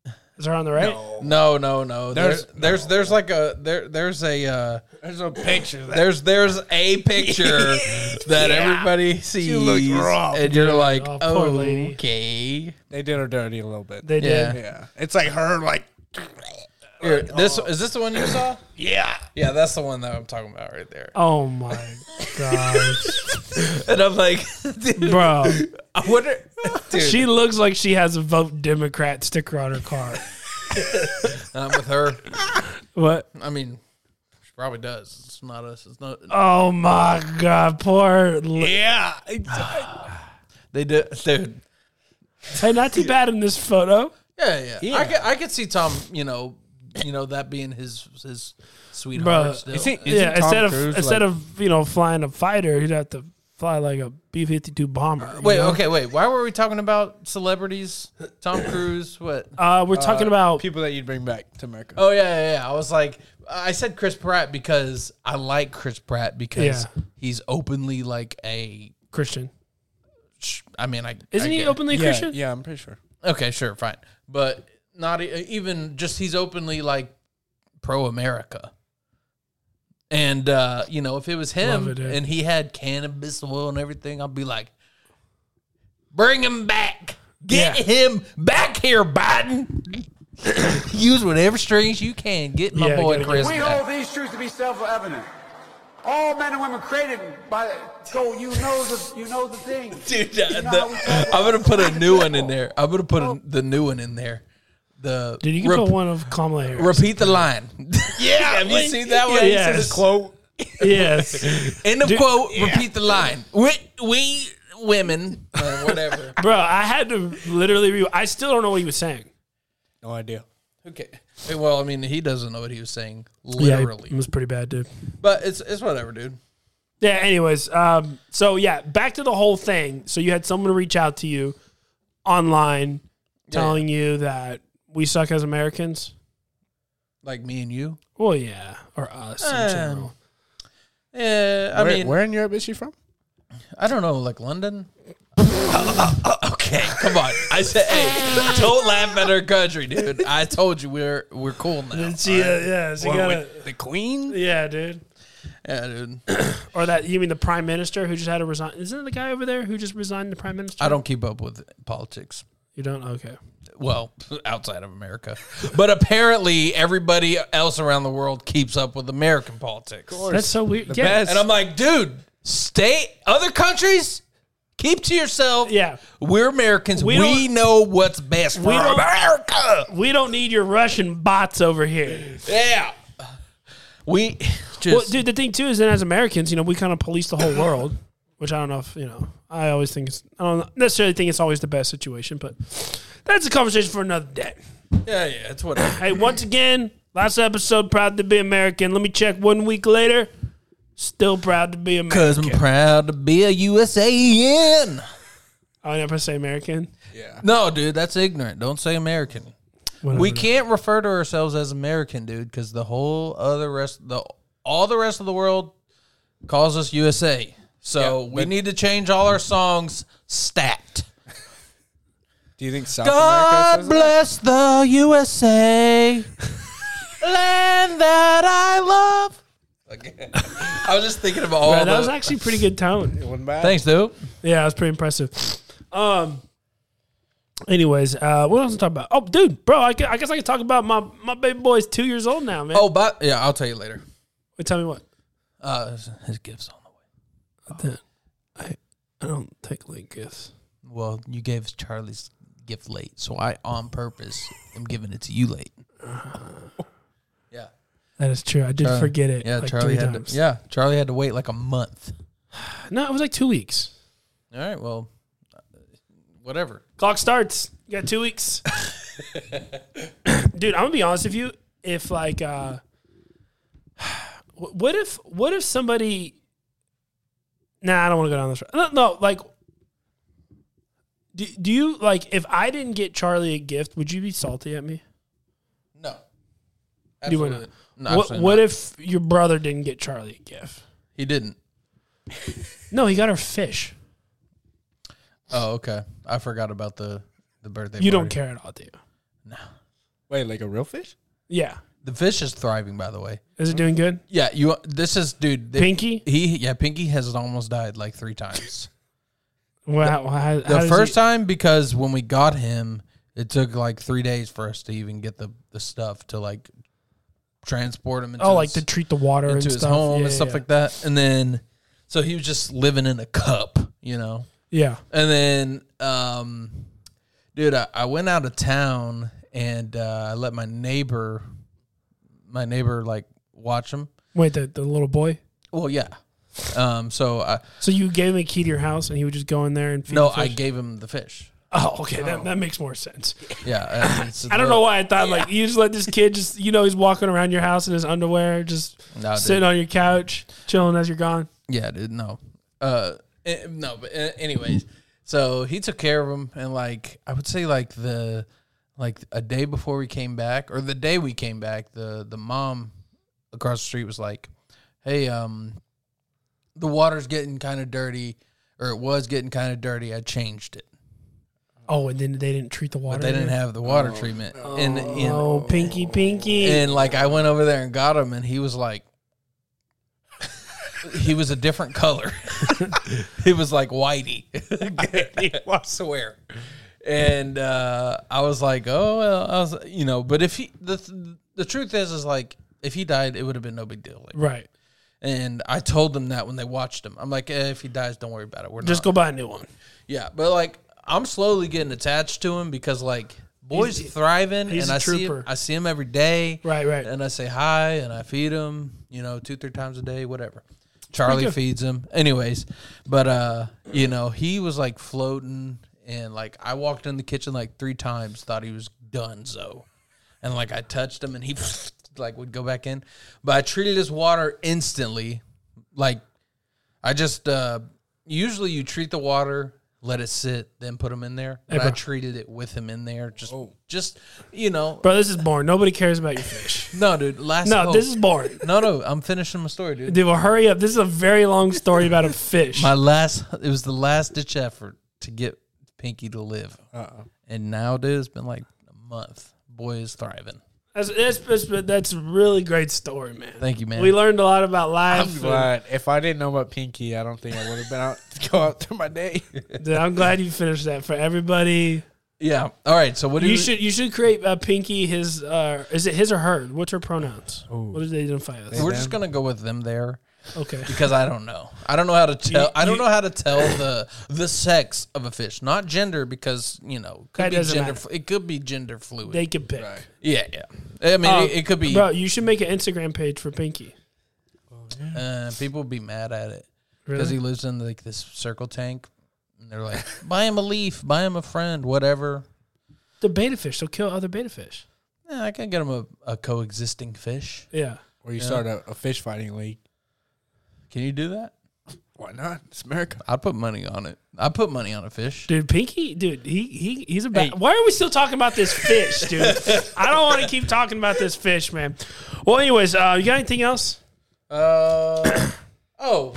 Oh, is her on the right? Oh, no, no, no. There's, There's- there's, there's like a there, there's a. Uh, There's a picture. That, There's there's a picture that everybody sees, looks rough. and you're like, Oh, poor oh, lady. okay. they did her dirty a little bit. They Yeah. did. yeah, it's like her. Like, Here, this is this the one you saw? yeah, Yeah, that's the one that I'm talking about right there. Oh my gosh, And I'm like, dude, bro! I wonder, dude. She looks like she has a vote Democrat sticker on her car. and I'm with her. What? I mean, she probably does. It's not us. It's not. Oh my god, poor. Li- yeah. uh, They did, dude. Hey, not too bad in this photo. Yeah, yeah. I Yeah. could I could see Tom. You know, you know that being his his sweetheart. Bro, still. Is he- yeah, Isn't Tom instead of Cruise, instead like- of you know flying a fighter, he'd have to fly like a B fifty two bomber. you Wait, know? okay, wait. Why were we talking about celebrities? Tom Cruise, what? Uh, we're talking about People that you'd bring back to America. Oh yeah, yeah, yeah. I was like, I said Chris Pratt because I like Chris Pratt because Yeah. he's openly like a. Christian. sh- I mean, I Isn't I he get- openly yeah, Christian? yeah, I'm pretty sure. Okay, sure, fine, but not e- even just he's openly like pro America. And uh, you know, if it was him Love it, dude. and he had cannabis oil and everything, I'd be like, bring him back. Get Yeah. him back here, Biden. Use whatever strings you can. Get my Yeah, boy get him. Chris. We back. hold these truths to be self-evident. All men and women created by. So you know the you know the thing. Dude, uh, the- I'm gonna put a new one in there. I'm gonna put a, the new one in there. The Dude, you can rep- put one of Kamala Harris. repeat the line. Yeah, have you wait. seen that one? Yeah, yeah. This quote. yes, End of Dude. quote. Repeat the line. We, we women, or whatever. bro. I had to literally. Re- I still don't know what he was saying. No idea. okay. Hey, Well, I mean, he doesn't know what he was saying yeah, it literally, was pretty bad, dude. but it's it's whatever, dude. Yeah. Anyways, um, so yeah, back to the whole thing. So you had someone reach out to you online, telling you that we suck as Americans. Like me and you. Well, yeah, or us Eh, Um, in general. Yeah, I where, mean, where in Europe is she from? I don't know, like London. okay, come on. I said, hey, don't laugh at our country, dude. I told you we're we're cool now. She, uh, yeah, she got a- the Queen. yeah, dude. Yeah, dude. Or that you mean the prime minister who just had to resign? Isn't it the guy over there who just resigned the prime minister? I don't keep up with politics. You don't? Okay. Well, outside of America, but apparently everybody else around the world keeps up with American politics. That's so weird. yeah. uh, best. And I'm like, dude, stay. Other countries Keep to yourself. Yeah. We're Americans. We We, don't- know what's best for We don't- America. We don't need your Russian bots over here. Yeah. We just Well, dude, the thing too is, then as Americans, you know, we kind of police the whole world, which I don't know if you know. I always think it's I don't necessarily think it's always the best situation, but that's a conversation for another day. yeah, yeah, it's whatever. Hey, once again, last episode, proud to be American. Let me check one week later, still proud to be American. Cause I'm proud to be a USAN. I never say American. No, dude, that's ignorant. Don't say American. We can't refer to ourselves as American, dude, because the whole other rest, the all the rest of the world calls us USA. So we need to change all our songs stacked. Do you think South America God says that? bless the USA, land that I love. I was just thinking of all Bro, that was the- actually pretty good tone. It wasn't bad. Thanks, dude. Yeah, it was pretty impressive. Um. Anyways, uh, what else to talk about? Oh, dude, bro, I gu- I guess I can talk about my my baby boy is two years old now, man. Oh, but yeah, I'll tell you later. Wait, tell me what. Uh, his- his gifts on the way. I don't take late gifts. Well, you gave Charlie's gift late, so I, on purpose, am giving it to you late. yeah, That is true. I did Charlie- forget it. yeah. like Charlie three had times. to. Yeah, Charlie had to wait like a month. No, it was like two weeks. All right. Well, uh, whatever. Clock starts. You got two weeks. Dude, I'm gonna be honest with you. If like, uh, wh- what if what if somebody? Nah, I don't want to go down this road. No, no like, do, do you like if I didn't get Charlie a gift, would you be salty at me? No. You wouldn't. Absolutely. No, what absolutely what not. if your brother didn't get Charlie a gift? he didn't? No, he got her fish. Oh, okay. I forgot about the the birthday. You don't party. care at all, do you? Wait, like a real fish? Yeah. The fish is thriving, by the way. Is it doing good? Yeah, you. This is dude. the- Pinky? He yeah. Pinky has almost died like three times. Wow. how, The how does first he- time because when we got him, it took like three days for us to even get the, the stuff to like transport him. Into Oh, like his, to treat the water into and his stuff. home Yeah, and stuff yeah. like that. And then, so he was just living in a cup, you know. Yeah. And then, um, dude, I, I went out of town and uh, I let my neighbor, my neighbor, like watch him. Wait, the, the little boy. Well, yeah. Um, so I So you gave him a key to your house, and he would just go in there and feed. no, the I fish? gave him the fish. Oh, okay, that, that makes more sense. Yeah, and it's- I don't know why I thought like you just let this kid just you know he's walking around your house in his underwear, just No, dude. sitting on your couch, chilling as you're gone. Yeah, dude. No. Uh, eh, no. But eh, anyways, so he took care of him, and like I would say, like the like a day before we came back, or the day we came back, the the mom across the street was like, "Hey, um, the water's getting kind of dirty, or it was getting kind of dirty. I changed it, Oh, and then they didn't treat the water. but they didn't have the water treatment, and and, Oh, pinky, pinky. and like I went over there and got him, and he was like, he was a different color. he was like whitey. I swear. And uh, I was like, oh, well, I was, you know, but if he, the the truth is, is like, if he died, it would have been no big deal. Like, right. and I told them that when they watched him, I'm like, eh, if he dies, don't worry about it. We're Just not. go buy a new one. Yeah, but like, I'm slowly getting attached to him because like, boy's thriving, he's and a I see him, trooper. I see him every day Right, right. and I say hi and I feed him, you know, two, three times a day, whatever. Charlie feeds him. Anyways, but uh, you know, he was like floating and like I walked in the kitchen like three times, thought he was done so. And like I touched him and he like would go back in. But I treated his water instantly. Like I just uh usually you treat the water let it sit, then put him in there. But I bro. treated it with him in there, just, just you know, Bro, this is boring. Nobody cares about your fish. no, dude. Last No, hope. this is boring. No, no, I'm finishing my story, dude. Dude, well, hurry up. This is a very long story about a fish. My last, it was the last ditch effort to get Pinky to live, and now, dude, it's been like a month. Boy is thriving. That's, that's, that's, that's a really great story, man. Thank you, man. We learned a lot about I'm life. and- glad. If I didn't know about Pinky, I don't think I would have been out to go out through my day. Dude, I'm glad you finished that for everybody. yeah. All right. So what do You you? should you should create uh, Pinky his uh, is it his or her? What's her pronouns? What do they identify as? we're just gonna go with them there. Okay. because I don't know. I don't know how to tell. I don't know how to tell the the sex of a fish, not gender, because you know could That be doesn't gender. matter. It could be gender fluid. They can pick. yeah, yeah. I mean, Um, it, it could be. Bro, you should make an Instagram page for Pinky. Uh, people would be mad at it because Really? he lives in like this circle tank. And they're like, buy him a leaf, buy him a friend, whatever. The beta fish. They'll kill other beta fish. Yeah, I can get him a, a coexisting fish. Yeah. Or you start a, a fish fighting league. Can you do that? Why not? It's America. I'd put money on it. I'd put money on a fish. Dude, Pinky, dude, he he he's a bad. Why are we still talking about this fish, dude? I don't want to keep talking about this fish, man. Well, anyways, uh, you got anything else? Uh, oh.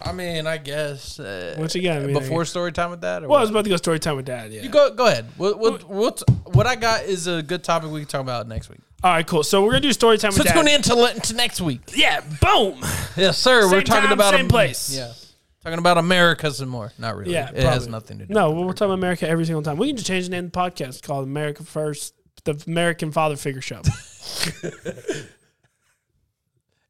I mean, I guess. Uh, What you got? I mean, before story time with that? Or Well, what? I was about to go story time with dad. Yeah. You go go ahead. What what what what I got is a good topic we can talk about next week. All right, cool. So we're gonna do story time So with dad. tune in to, le- to next week. Yeah. Boom. Yes, sir. Same we're talking time, about same place. Yeah, talking about Americas and more. Not really. Yeah. it has probably. nothing to do. No, we're talking America every single time. We can just change the name of the podcast. It's called America First, the American Father Figure Show.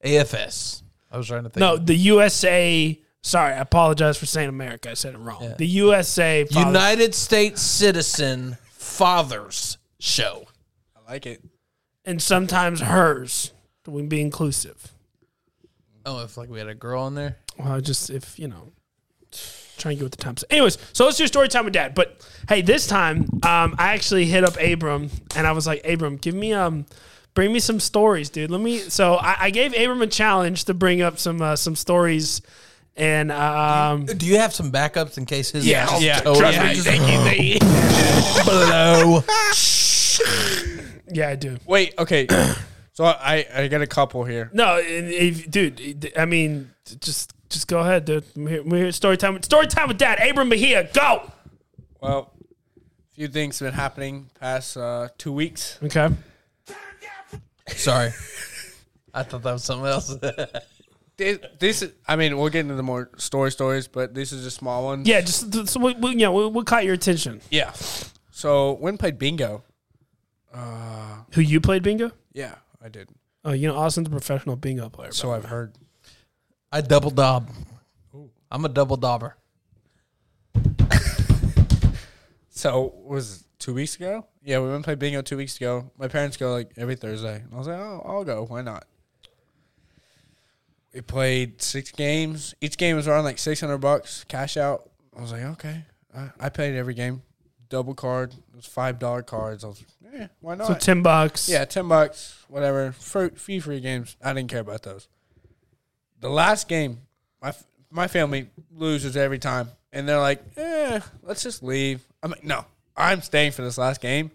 AFS. I was trying to think. no, the USA. Sorry, I apologize for saying America. I said it wrong. The USA. Father- United States citizen fathers show. I like it. and sometimes hers. We can be inclusive. Oh, if like we had a girl on there. Well, just if you know, trying to get with the times. Anyways, so let's do story time with dad. But hey, this time um, I actually hit up Abram and I was like, Abram, give me um, bring me some stories, dude. Let me. So I, I gave Abram a challenge to bring up some uh, some stories, and um, Do you have some backups in case his? Yeah, ass yeah, is totally- trust me. Thank you. blow. yeah, I do. Wait, okay. so I, I got a couple here. No, and if, dude, I mean, just just go ahead, dude. We're here. Story time. with- Story time with dad. Abram Mejia, go. Well, a few things been happening past uh, two weeks. Okay. Sorry, I thought that was something else. This, this is, I mean, we'll get into the more story stories, but this is a small one. Yeah, just th- so we, we, you know, we, what caught your attention? Yeah. So when played bingo. Who you played bingo? Yeah, I did. Oh, you know, Austin's a professional bingo player. So So I've heard. I double dob. I'm a double dobber. So was it two weeks ago? Yeah, we went play bingo two weeks ago. My parents go like every Thursday. And I was like, oh, I'll go. Why not? We played six games. Each game was around like six hundred bucks cash out. I was like, okay. I, I played every game, double card. It was five dollar cards. I was, like, eh, why not? so ten bucks. Yeah, ten bucks, whatever. For few free games, I didn't care about those. The last game, my f- my family loses every time, and they're like, "Eh, let's just leave." I'm like, "No, I'm staying for this last game.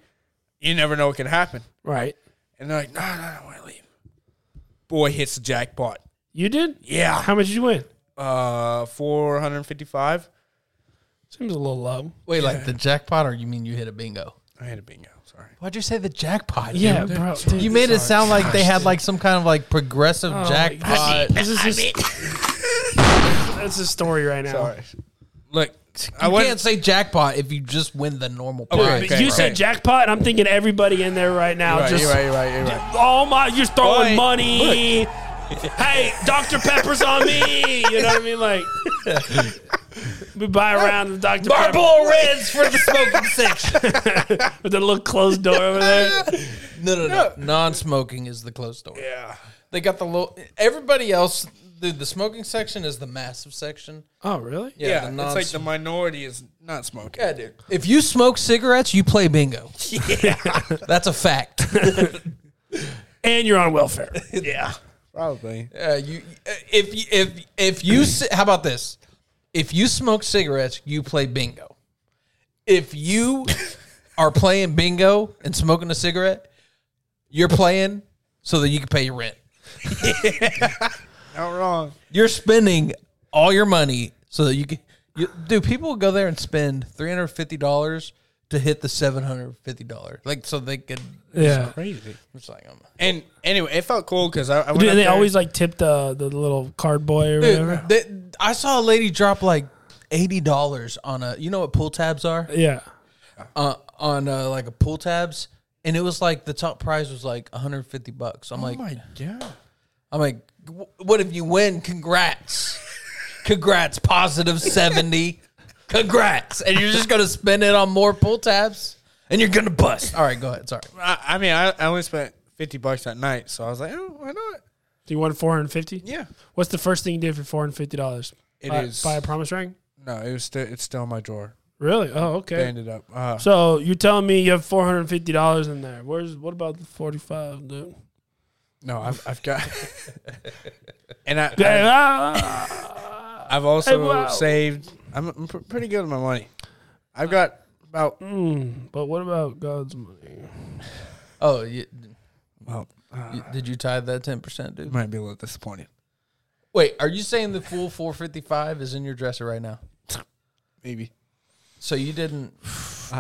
You never know what can happen." right. And they're like, "No, no, no, I leave." Boy hits the jackpot. You did? Yeah, How much did you win? uh, four hundred fifty-five. Seems a little low. Wait, like the jackpot, or you mean you hit a bingo? I had a bingo. Sorry. Why'd you say the jackpot? Yeah, dude? bro. Dude, You made it sound like they had like some kind of like progressive jackpot. This is just, that's a story right now. Sorry. Look, I You went. can't say jackpot if you just win the normal Okay, prize. But okay. you said jackpot, and I'm thinking everybody in there right now. You're right, just you're right. You're right. You're right. oh my, you're throwing Boy, money. Hey, Dr. Pepper's on me. You know what I mean? Like, we buy a round of Dr. Pepper. Marble reds for the smoking section. with the little closed door over there. No, no, no. Non-smoking is the closed door. Yeah. They got the little. Everybody else, the, the smoking section is the massive section. Oh, really? Yeah, Yeah, the it's non- like the minority is not smoking. Yeah, dude. If you smoke cigarettes, you play bingo. Yeah, that's a fact. And you're on welfare. Probably. Uh, you if you- if if you s- how about this? If you smoke cigarettes, you play bingo. If you are playing bingo and smoking a cigarette, you're playing so that you can pay your rent. Not wrong. You're spending all your money so that you can. You, dude, people will go there and spend three hundred fifty dollars to hit the seven hundred fifty dollars, like so they could. Yeah. Crazy. It's like, um, And anyway, it felt cool because I, I went Do up they there- always like tip the the little card boy or whatever? dude, they, I saw a lady drop like eighty dollars on a. You know what pull tabs are? yeah. uh, on uh, like a pool tabs, and it was like the top prize was like 150 bucks. I'm like, Oh my god! I'm like, w- what if you win? Congrats. Congrats, positive 70. Congrats. And you're just going to spend it on more pull tabs and you're going to bust. All right, go ahead. Sorry. I, I mean, I, I only spent fifty bucks that night, so I was like, oh, why not? Do you want four hundred fifty? Yeah. What's the first thing you did for four hundred fifty dollars? It buy, is- buy a promise ring. No, it was still it's still in my drawer. Really? Oh, okay. They ended up. Uh, So you're telling me you have four hundred fifty dollars in there? Where's what about the forty five, dude? no, I've, I've got. and I, Damn, I ah. I've also Hey, wow. saved. I'm, I'm pr- pretty good with my money. I've got about. Mm, but what about God's money? Oh, you, Well, uh, you- did you tithe that 10%, dude? might be a little disappointed. Wait, are you saying the full 455 is in your dresser right now? Maybe. So you didn't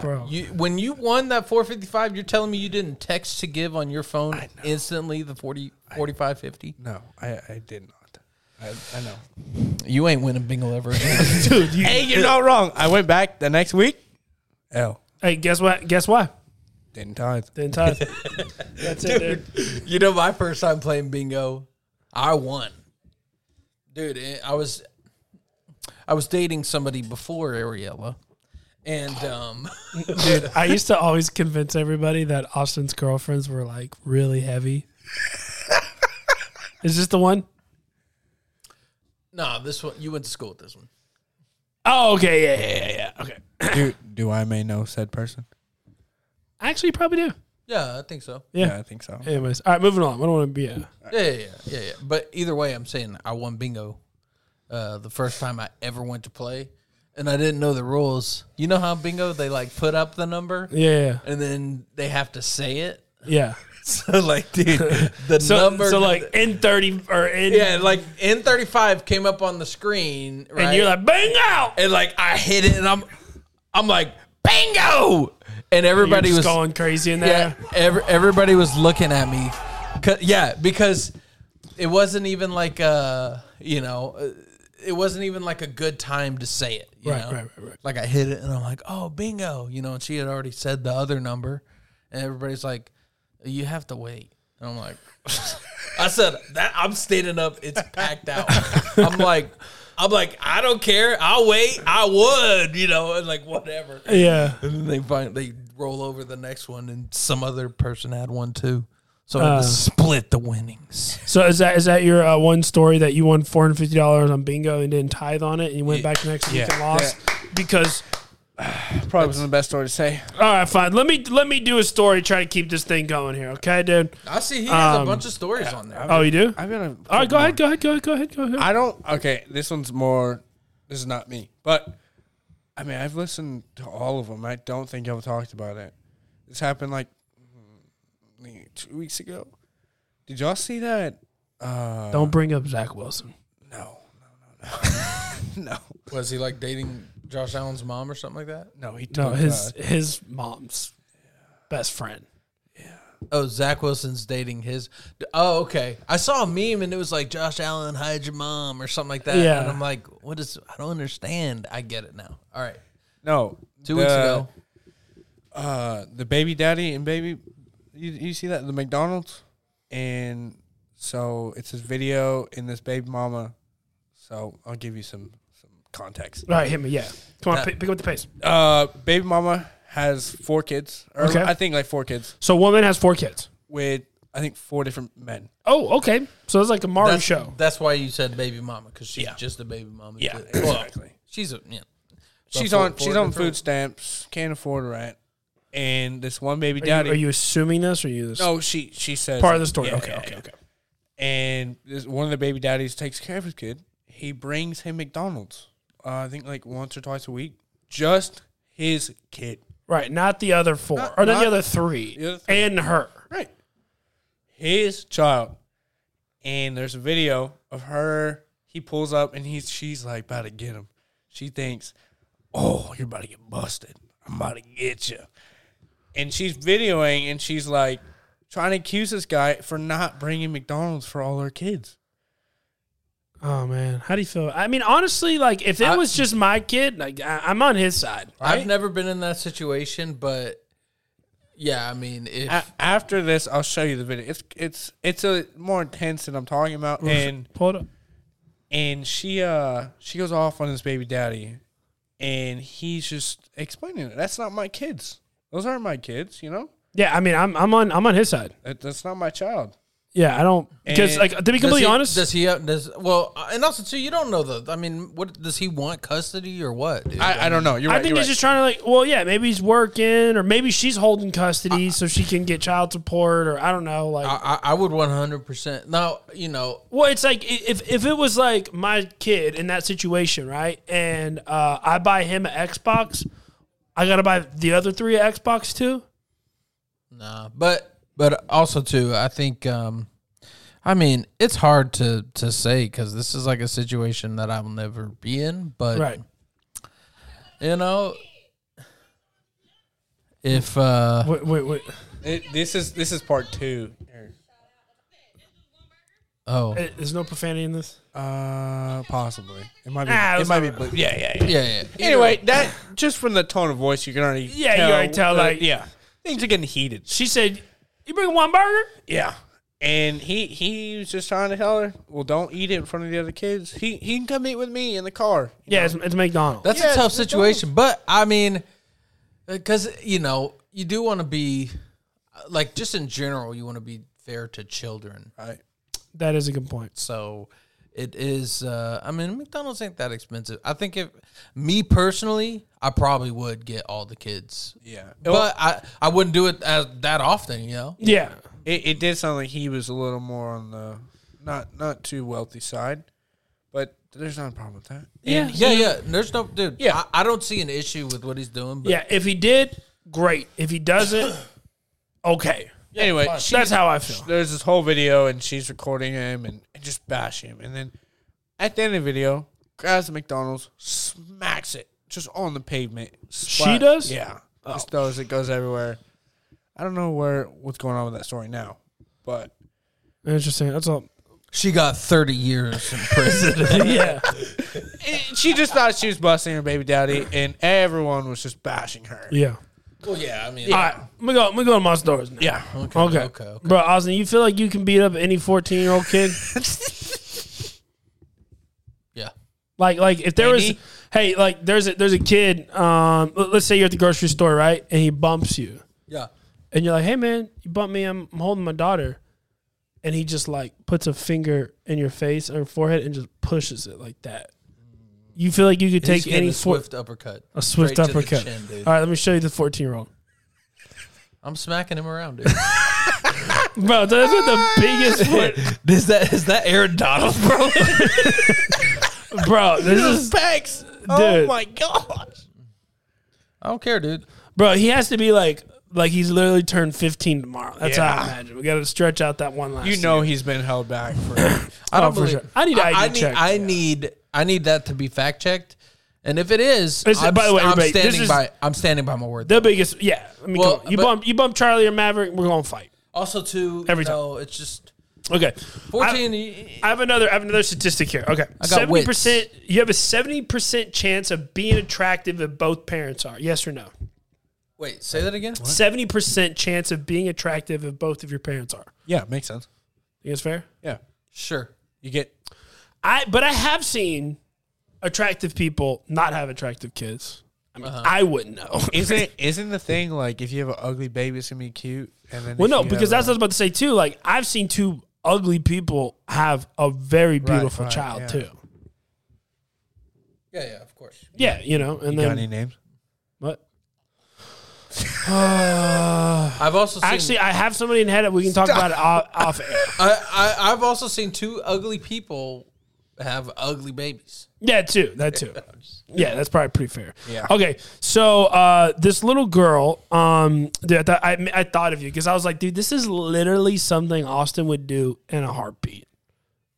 Bro, you when you won that 455, you're telling me you didn't text to give on your phone instantly the 40 4550? No, I, I did not. I, I know. You ain't winning bingo ever again. dude, you, hey, You're not wrong. I went back the next week. L guess what? Guess why? didn't tithe. The entire That's it, dude. You know, my first time playing bingo, I won. Dude, eh, I was I was dating somebody before Ariella. And um Dude, I used to always convince everybody that Austin's girlfriends were like really heavy. Is this the one? nah, this one you went to school with this one. Oh, okay, yeah, yeah, yeah, yeah. Okay, do do I may know said person? actually, you probably do. Yeah, I think so. Yeah. I think so. Anyways, all right, moving on. I don't want to be a Yeah, yeah, yeah, yeah, yeah. But either way, I'm saying I won bingo uh, the first time I ever went to play, and I didn't know the rules. You know how bingo they like put up the number yeah, and then they have to say it. yeah. So like, dude, the So, number. so like in thirty or in yeah, like N35 came up on the screen, right? and you're like bang out. and like I hit it, and I'm, I'm like bingo, and everybody Everybody was was going crazy in Yeah, there. every, everybody was looking at me. 'Cause- Yeah, because it wasn't even like a, you know, uh, it wasn't even like a good time to say it. You Right, know? right, right, right. Like I hit it and I'm like, oh, bingo, you know, and she had already said the other number. And everybody's like, you have to wait. And I'm like, I said, that I'm standing up, it's packed out. I'm like, I'm like, I don't care. I'll wait. I would, you know, and like whatever. Yeah. And then they find they roll over the next one, and some other person had one too. So I had Uh. to split the winnings. So is that is that your uh, one story that you won four hundred fifty dollars on bingo and didn't tithe on it and you went back the next week Yeah. and lost because Probably wasn't the best story to say. all right fine let me let me do a story try to keep this thing going here okay dude I see he has Um, a bunch of stories on there. oh you do I've been. A, all right go ahead go ahead go ahead go ahead go ahead I don't. Okay, this one's more. This is not me, but I mean, I've listened to all of them. I don't think I've talked about it. This happened like mm, two weeks ago. Did y'all see that? Uh, don't bring up Zach Wilson no, no, no, no, Was he like dating Josh Allen's mom or something like that? no, no. He no took, his uh, his mom's best friend Oh, Zach Wilson's dating his. Oh, okay. I saw a meme and it was like Josh Allen hide your mom or something like that. Yeah. And I'm like, what is? I don't understand. I get it now. All right. no. Two weeks the- ago. uh, the baby daddy and baby. You, you see that at the McDonald's, and so it's this video in this baby mama. So I'll give you some some context. all right hit me yeah come on pick, pick up the pace Uh, baby mama has four kids, or Okay. I think like four kids so woman has four kids with I think four different men. oh okay so it's like a Mario That's, show that's why you said baby mama because she's just a baby mama. Well, exactly. she's a yeah. she's Well, four- on four she's on different- food stamps, can't afford rent, and this one baby are you, daddy. are you assuming this or are you this no, she she says part of the story Yeah, okay yeah, okay yeah. okay and this, one of the baby daddies takes care of his kid. He brings him McDonald's, uh, I think like once or twice a week, just his kid. Right, not the other four, Not- or not, not- the other three, the other three. and her. Right. His child. And there's a video of her. He pulls up and he's she's like about to get him. She thinks, "Oh, you're about to get busted. I'm about to get you." And she's videoing and she's like trying to accuse this guy for not bringing McDonald's for all her kids. Oh man, how do you feel? I mean, honestly, like if it I- was just my kid, like I, I'm on his side. I've never been in that situation, but Yeah, I mean, if A- after this, I'll show you the video. It's it's it's a more intense than I'm talking about, and Pull it up. and she uh she goes off on this baby daddy, and he's just explaining it. That's not my kids. Those aren't my kids. You know, Yeah, I mean, I'm I'm on I'm on his side. that, that's not my child. Yeah, I don't because And like to be does completely he- honest, does he have, does well? uh, And also, too, you don't know the. I mean, what does he want custody or what? dude? I, I don't know. You're I right. think you're he's right. just trying to like, well, yeah, maybe he's working, or maybe she's holding custody so she can get child support, or I don't know. Like, I, I I would one hundred percent. Now you know well, it's like i- if if it was like my kid in that situation, right? And uh, I buy him an Xbox, I gotta buy the other three an Xbox too. Nah, but but also too, I think. um I mean, it's hard to to say because this is like a situation that I'll never be in. But Right. you know, if uh Wait, wait, wait. It- this is this is part two. oh Eh, There's no profanity in this. Uh, possibly it might be. Nah, it Ah, it, was might be. not- Blue. Yeah, yeah, yeah. yeah yeah Anyway, that just from the tone of voice, you can already Yeah, you already tell, that- like- yeah things are getting heated. She said, "You bring one burger." Yeah. And he he was just trying to tell her, well, don't eat it in front of the other kids. He he can come eat with me in the car. Yeah, it's, it's McDonald's. that's Yeah, a tough it's a tough- situation. But I mean, because you know you do want to be uh, like just in general, you want to be fair to children. Right. That is a good point. So it is. Uh, I mean, McDonald's ain't that expensive. I think if me personally, I probably would get all the kids. Yeah. but I, I wouldn't do it as, that often, you know. Yeah, It, it did sound like he was a little more on the not not too wealthy side, but there's not a problem with that. yeah, Yeah, yeah. There's no dude. Yeah. I, I don't see an issue with what he's doing. But yeah. If he did, great. If he doesn't, okay. anyway, she, That's how I feel. there's this whole video and she's recording him and, and just bashing him, and then at the end of the video, grabs the McDonald's, smacks it just on the pavement. Splat- does? Oh. Yeah, just throws it, goes everywhere. I don't know where what's going on with that story now, but Interesting. That's all. she got 30 years in prison. yeah. it- she just thought she was busting her baby daddy, and everyone was just bashing her. Yeah. well, yeah. I mean, All right. I'm going to go, I'm gonna go to my stories now. Yeah, okay, Okay. okay, okay. Bro, Austin, you feel like you can beat up any 14 year old kid? yeah. like, like if there was, Maybe. hey, like there's a, there's a kid, um, let- let's say you're at the grocery store, right? And he bumps you. Yeah. And you're like, hey, man, you bumped me. I'm, I'm holding my daughter. And he just like puts a finger in your face or forehead and just pushes it like that. You feel like you could He's take getting any a four- swift uppercut. a swift Straight to the uppercut. Uh, chin, dude. All right, let me show you the 14 year old. I'm smacking him around, dude. Bro, that's like Ah! the biggest foot. is that is that Aaron Donald, bro? Bro, this is Pegs. Dude. Oh my gosh. I don't care, dude. bro. He has to be like like he's literally turned 15 tomorrow. That's how I Yeah. imagine. We got to stretch out that one last. You know he's been held back for. I don't Oh, for believe. sure. I need I, ID need. check. I need. I need that to be fact checked. And if it is, It's- I'm, by the way, I'm everybody, this standing is- by. I'm standing by my word. the biggest. Yeah, I mean, Well, come on. you but- bump you bump Charlie or Maverick, we're gonna fight. also, too, Every you know, it's just Okay, 14. I, y- I have another. I have another statistic here. Okay, got wits. percent. You have a 70 percent chance of being attractive if both parents are. Yes or no? wait, say that again. 70 percent chance of being attractive if both of your parents are. yeah, makes sense. Think it's fair? Yeah, Sure. you get. I but I have seen attractive people not have attractive kids. I mean, I wouldn't know. Isn't isn't the thing like if you have an ugly baby, it's gonna be cute? And then well, if no, you because have that's what I was about to say too. Like I've seen two ugly people have a very beautiful right, child yeah. too. Yeah, yeah, of course. Yeah, you know, and a- got then any names? what? I've also seen, Actually, I have somebody in head that we can talk about it off, off air. I, I, I've also seen two ugly people have ugly babies. Yeah, too. That too. Yeah, that's probably pretty fair. Yeah. Okay, so uh, this little girl, um, dude, I, thought, I, I thought of you because I was like, dude, this is literally something Austin would do in a heartbeat.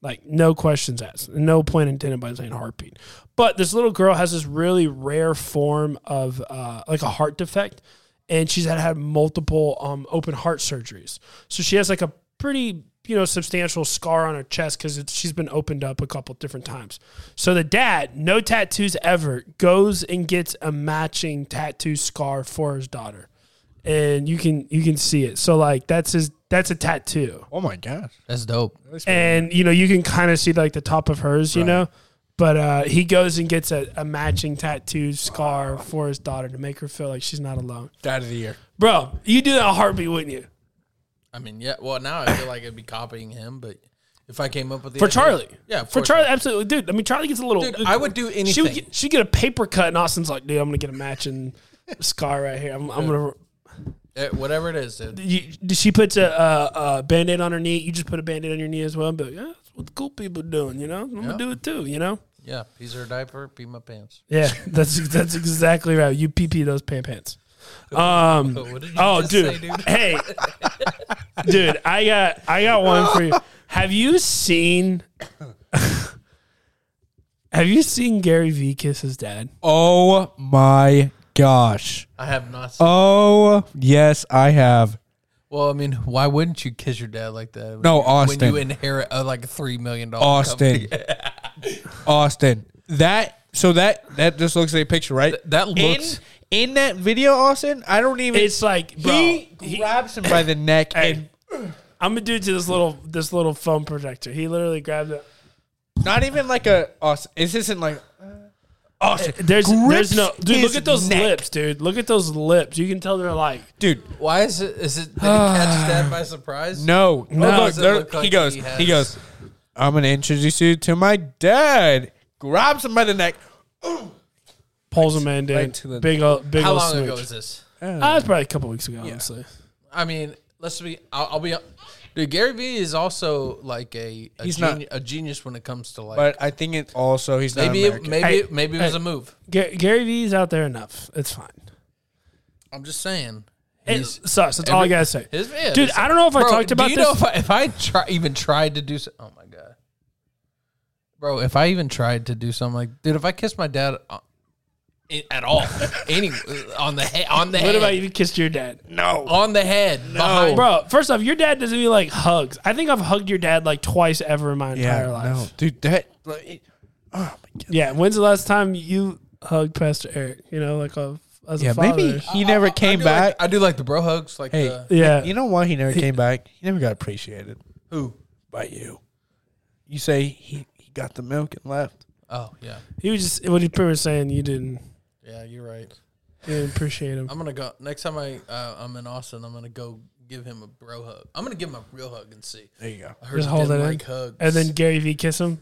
Like, no questions asked. No point intended by saying heartbeat. But this little girl has this really rare form of uh, like a heart defect, and she's had, had multiple um, open heart surgeries. So she has like a pretty you know substantial scar on her chest because she's been opened up a couple different times. So the dad, no tattoos ever, goes and gets a matching tattoo scar for his daughter and you can you can see it. So like that's his that's a tattoo, Oh my gosh. That's dope. and you know you can kind of see like the top of hers, you know. But uh, he goes and gets a, a matching tattoo scar for his daughter to make her feel like she's not alone. Dad of the year. Bro, you do that in a heartbeat, wouldn't you? I mean, yeah. Well, now I feel like I'd be copying him, but if I came up with the For idea- Charlie. yeah, of For course. Charlie, absolutely. Dude, I mean, Charlie gets a little. Dude, I would do She would anything. get, she'd get a paper cut, and Austin's like, dude, I'm going to get a matching scar right here. I'm, I'm going to. Eh, whatever it is, dude. You, she puts a, a, a band aid on her knee. You just put a band aid on your knee as well. But yeah, that's what the cool people are doing, you know? I'm going Yeah. to do it too, you know? Yeah, piece her diaper, pee my pants. Yeah, that's that's exactly right. You pee pee those pant pants. Um, What did you oh, just dude. say, dude? Hey, dude, I got I got one for you. Have you seen? have you seen Gary Vee kiss his dad? Oh my gosh. I have not. Seen Oh yes, I have. Well, I mean, why wouldn't you kiss your dad like that? When No, you- Austin. When you inherit a, like a three million dollar Austin. Austin. That so that that just looks like a picture, right? that in, looks. in that video, Austin, I don't even It's like, bro, he he- grabs him by the neck Hey. I'm gonna do it to this little this little phone protector. He literally grabbed it. and not even like a Austin. This isn't like Austin. There's Grips there's no dude. Look his at those neck. lips, dude. Look at those lips. You can tell they're like Dude, Why is it? Is it? Did he catch dad by surprise? no. Or no. Look, does it there- look like he goes, he, has- goes, I'm gonna introduce you to my dad. Grabs him by the neck. pulls a man right dude. to the- big old big How old long smooch. ago is this? Ah, that's probably a couple weeks ago, honestly. I mean, let's be. I'll, I'll be. Dude, Gary Vee is also like a a, He's geni- a genius when it comes to like. But I think it also he's not maybe it, American. maybe Hey, it- maybe it was hey. a move. Ga- Gary Vee's out there enough. It's fine. I'm just saying. It He's- sucks. That's all I every- gotta say. his- yeah, Dude, his- I don't know if I Bro, talked about do you this. know if I, if I try, even tried to do so, oh my god, bro, if I even tried to do something like, dude, if I kissed my dad uh, i- at all, any on the head, on the what head, about you kissed your dad? on the head, behind, Bro, first off, your dad doesn't even like hugs. I think I've hugged your dad like twice ever in my entire life. dude, that Yeah. When's the last time you hugged Pastor Eric? You know, like a, as yeah, a father. maybe he never came I do back. Like, I do like the bro hugs, like hey, the, Yeah. you know why uh, he never came back? He never got appreciated who? by you. You say he, he got the milk and left. Oh yeah, he was just what he pretty much saying. You didn't, yeah, you're right. you didn't appreciate him. I'm gonna go next time I uh, I'm in Austin. I'm gonna go give him a bro hug. I'm gonna give him a real hug and see. There you go. I heard Just he hold it didn't in, like hugs. and then Gary V kiss him,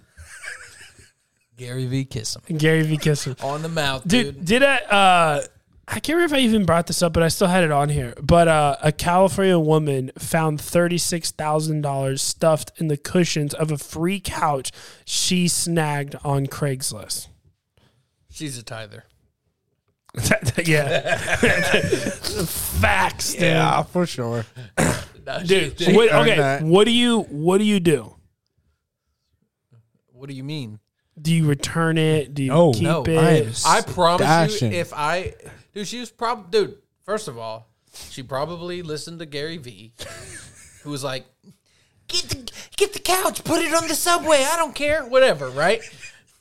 Gary V kiss him and Gary V kiss him. on the mouth, dude. Dude, did I? Uh, I can't remember if I even brought this up, but I still had it on here. But uh, a California woman found thirty six thousand dollars stuffed in the cushions of a free couch she snagged on Craigslist. She's a tither. yeah, facts, dude. Yeah, for sure. No, she- Dude, dude, what, earned okay, that. what do you what do you do? what do you mean? Do you return it? Do you No, keep no, it? I am s- I promise Dashing. you, if I, dude, she was probably, dude. First of all, she probably listened to Gary V, who was like, "Get the get the couch, put it on the subway. I don't care, whatever." Right?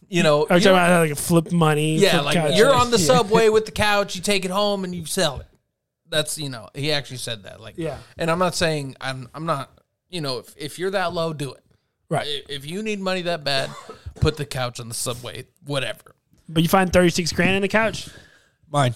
You know, Are you you- talking about like flip money? yeah, flip like couches? you're on the subway with the couch, you take it home and you sell it. That's you know, he actually said that. Like, Yeah. And I'm not saying I'm I'm not. You know, if if you're that low, do it. right. I- If you need money that bad, put the couch on the subway, whatever. But you find thirty six grand in the couch, Mine.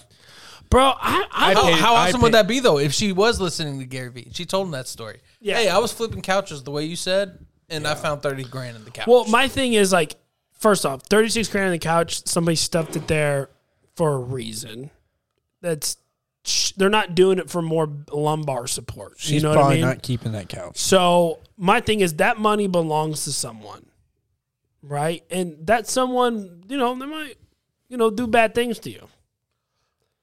bro. I, I, How, paid- how I awesome would paid- that be though if she was listening to Gary Vee? She told him that story. Yeah. Hey, I was flipping couches the way you said, and I found thirty grand in the couch. Well, my thing is like, first off, thirty six grand on the couch. Somebody stuffed it there for a reason. That's sh- they're not doing it for more lumbar support. She's you know what I probably mean? not keeping that couch. So my thing is that money belongs to someone, right? And that someone, you know, they might, you know, do bad things to you.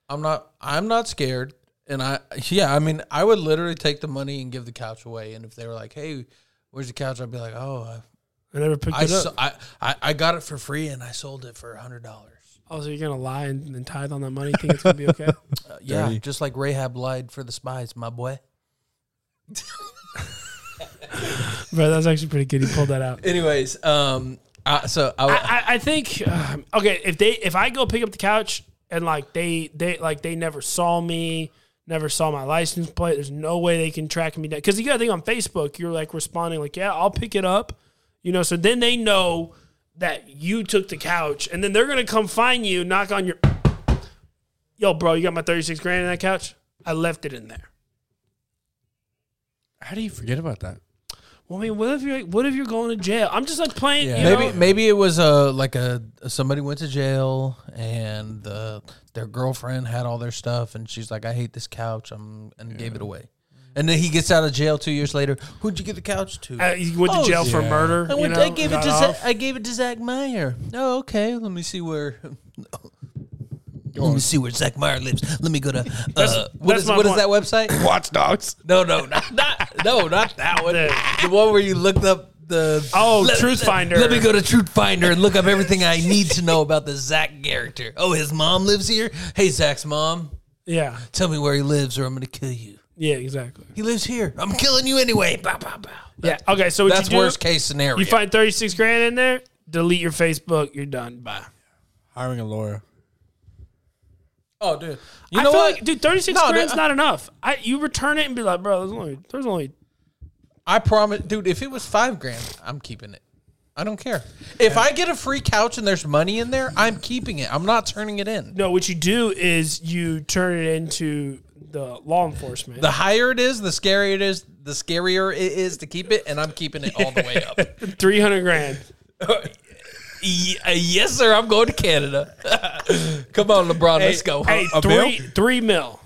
I'm not. I'm not scared. And I, yeah, I mean, I would literally take the money and give the couch away. And if they were like, "Hey, where's the couch?" I'd be like, "Oh, I, I never picked I, it up. so- I, I, I got it for free, and I sold it for a hundred dollars." Oh, so you're gonna lie and, and tithe on that money? Think it's gonna be okay? Uh, yeah, just like Rahab lied for the spies, my boy. Bro, that's actually pretty good. He pulled that out. Anyways, um, I, so I, I, I, I think um, okay. If they if I go pick up the couch and like they they like they never saw me, Never saw my license plate. There's no way they can track me down. Because you got to think on Facebook, you're like responding, like, yeah, I'll pick it up. You know, so then they know that you took the couch and then they're going to come find you, knock on your, yo, bro, you got my 36 grand in that couch? I left it in there. How do you forget about that? Well, I mean, what if you're what if you're going to jail? I'm just like playing. Yeah. you Maybe know? maybe it was a like a somebody went to jail and the their girlfriend had all their stuff and she's like I hate this couch I'm and gave it away. And then he gets out of jail 2 years later. Who'd you give the couch to? Uh, you went to Oh, jail for yeah. murder. I, you went, know, I gave it got to off. Zach, I gave it to Zach Meyer. Oh, okay. Let me see where. Let me see where Zach Meyer lives. Let me go to. Uh, what that's is my what is point. that website? Watch dogs. No, no, not, not no, not that one. the one where you looked up the Oh, Truth Finder. Let me go to Truth Finder and look up everything I need to know about the Zach character. Oh, his mom lives here. Hey, Zach's mom, Yeah, tell me where he lives, or I'm going to kill you. yeah, exactly. He lives here. I'm killing you anyway. Bow, bow, bow. Yeah. Okay. So what That's you do, worst case scenario. You find thirty six grand in there. Delete your Facebook. You're done. Bye. Hiring a lawyer. oh, dude. You I know feel what, like, dude? Thirty six No, uh, grand's that- not enough. I you return it and be like, bro, there's only there's only I promise, dude. If it was five grand, I'm keeping it. I don't care. If I get a free couch and there's money in there, I'm keeping it. I'm not turning it in. no. What you do is you turn it into the law enforcement. The higher it is, the scarier it is. The scarier it is to keep it, and I'm keeping it all the way up. three hundred grand. Ye- uh, yes, sir. I'm going to Canada. Come on, LeBron. let's go. Hey, A three three mil.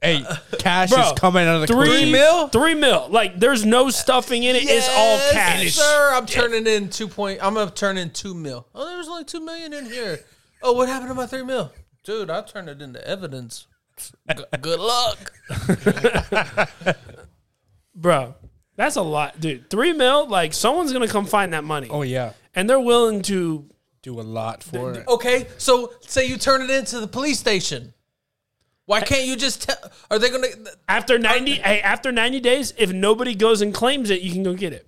Hey, cash Uh, Bro, is coming out of the Three Three cookie. mil? Three mil. Like there's no stuffing in it. it's all cash. sir. I'm turning in two point. I'm gonna turn in two mil. Oh, there was only two million in here. Oh, what happened to my three mil, dude? I turned it into evidence. G- good luck. bro. That's a lot, dude. Three mil, like someone's gonna come find that money, Oh yeah, and they're willing to. do a lot for it. Okay, so say you turn it into the police station. Why can't you just tell? Are they gonna After ninety, hey, after ninety days, if nobody goes and claims it, you can go get it.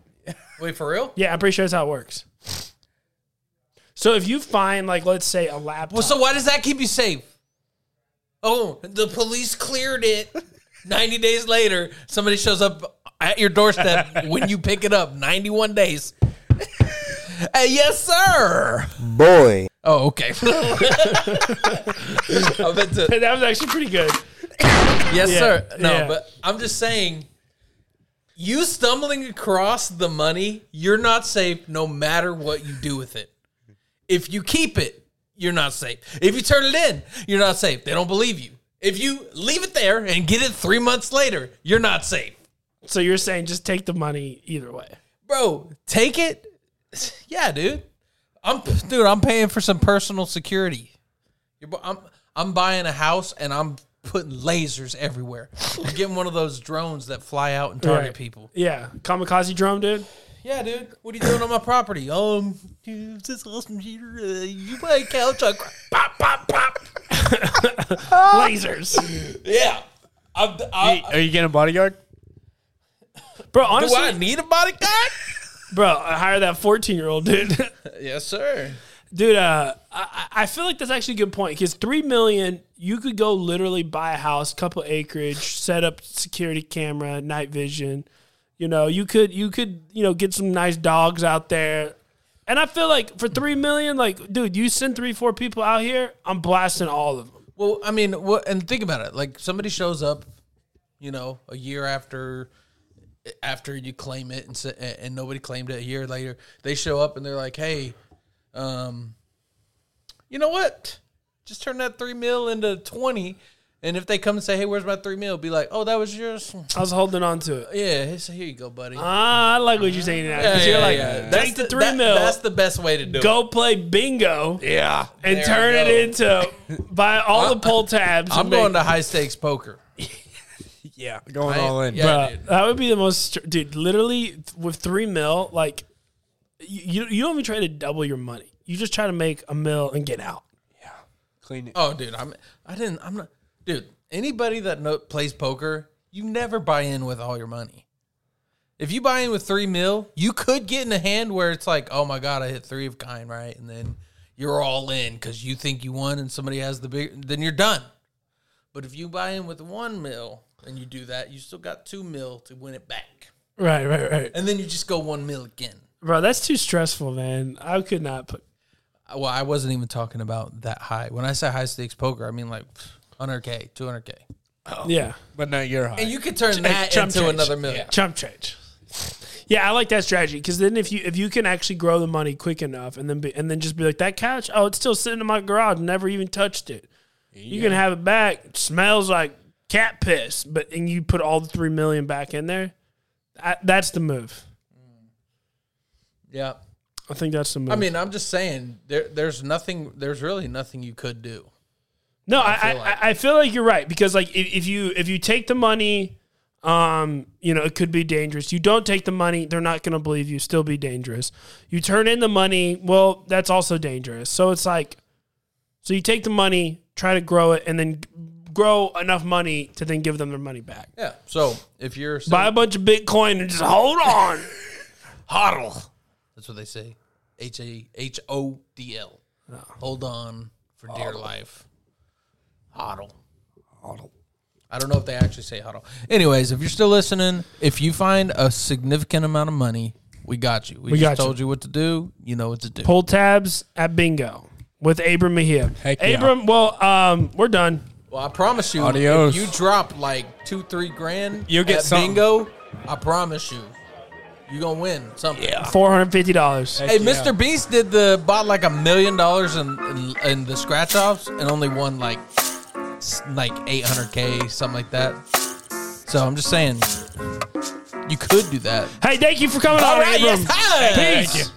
wait for real? Yeah, I'm pretty sure that's how it works. So if you find, like, let's say a laptop, Well, so why does that keep you safe? Oh, the police cleared it. 90 days later, somebody shows up at your doorstep when you pick it up. 91 days. Hey, yes, sir. Boy. Oh, okay. I meant to, that was actually pretty good. yes, Yeah, sir. No, yeah. but I'm just saying, you stumbling across the money, you're not safe no matter what you do with it. If you keep it, you're not safe. If you turn it in, you're not safe. They don't believe you. If you leave it there and get it three months later, you're not safe. So you're saying just take the money either way. Bro, take it. Yeah, dude. I'm dude, I'm paying for some personal security. You're bu- I'm I'm buying a house and I'm putting lasers everywhere. I'm getting one of those drones that fly out and target Right. people. Yeah, kamikaze drone, dude. Yeah, dude. What are you doing on my property? Um, dude, this awesome here. Uh, you buy a couch? I cry. Pop, pop, pop. Ah! Lasers, Yeah. I'm, oh, I, Are you getting a bodyguard? bro. do Honestly, I need a bodyguard? bro, I hire that fourteen year old dude. yes, sir. dude uh, I, I I feel like that's actually a good point because three million you could go literally buy a house couple acreage set up security camera night vision you know you could you could you know get some nice dogs out there and i feel like for three million like dude you send three four people out here i'm blasting all of them Well, I mean, what? And think about it. Like somebody shows up, you know, a year after after you claim it, and sa- and nobody claimed it. A year later, they show up and they're like, "Hey, um, you know what? Just turn that three mil into twenty. And if they come and say, "Hey, where's my three mil?" Be like, "Oh, that was yours." i was holding on to it Yeah, so here you go, buddy. ah i like what you're saying now 'cause you're like take the, three that- mil That's the best way to do it. Go play bingo, yeah, and There turn we it into buy all the pull tabs. I'm and make- going to high stakes poker. Yeah, going all in. Yeah, Bruh, dude. that would be the most str- dude. Literally with three mil, like you you don't even try to double your money. You just try to make a mil and get out. Clean it. Oh, dude, I'm. I didn't. I'm not. Dude, anybody that no, plays poker, you never buy in with all your money. If you buy in with three mil, you could get in a hand where it's like, oh my god, I hit three of kind, right? And then you're all in because you think you won, and somebody has the big. Then you're done. But if you buy in with one mil and you do that, you still got two mil to win it back. Right, right, right. And then you just go one mil again. Bro, that's too stressful, man. I could not put. Uh, Well, I wasn't even talking about that high. When I say high stakes poker, I mean like 100K, 200K. Yeah. But not your high. And you could turn that chump into change. another million. Chump change. Yeah, I like that strategy because then if you if you can actually grow the money quick enough and then be, and then just be like that couch, oh, it's still sitting in my garage, never even touched it. You can have it back. It smells like cat piss, but and you put all the three million back in there. I, that's the move. Yeah. I think that's the move. I mean, I'm just saying there there's nothing there's really nothing you could do. No, I I, feel like- I, I feel like you're right because like if, if you if you take the money, um, you know it could be dangerous. You don't take the money, they're not going to believe you. Still be dangerous. You turn in the money, well, that's also dangerous. So it's like, so you take the money, try to grow it, and then grow enough money to then give them their money back. Yeah. So if you're sitting- Buy a bunch of Bitcoin and just hold on. Huddle. That's what they say. H A H O D L. Hold on for dear life. Hodl. Hodl. I don't know if they actually say hodl. Anyways, if you're still listening, if you find a significant amount of money, we got you. We, just got you. told you. what to do. You know what to do. Pull tabs at bingo with Abram Mejia. Heck yeah. Abram, well, um, we're done. Well, I promise you, Adios. if you drop like two, three grand, You'll get at something. bingo. I promise you, you're gonna win something. Yeah. Four hundred fifty dollars. Hey, Mr. Beast did the bought like a million dollars in, in in the scratch offs and only won like s- like 800k something like that. So I'm just saying, you could do that. Hey, thank you for coming on, right, Abram. yes, hi. Peace.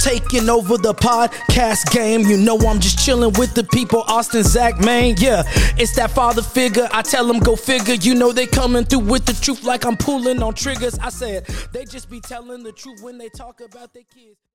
taking over the podcast game. You know I'm just chilling with the people, Austin, Zach, man. Yeah, it's that father figure. I tell them go figure. You know they coming through with the truth like I'm pulling on triggers. I said they just be telling the truth when they talk about their kids.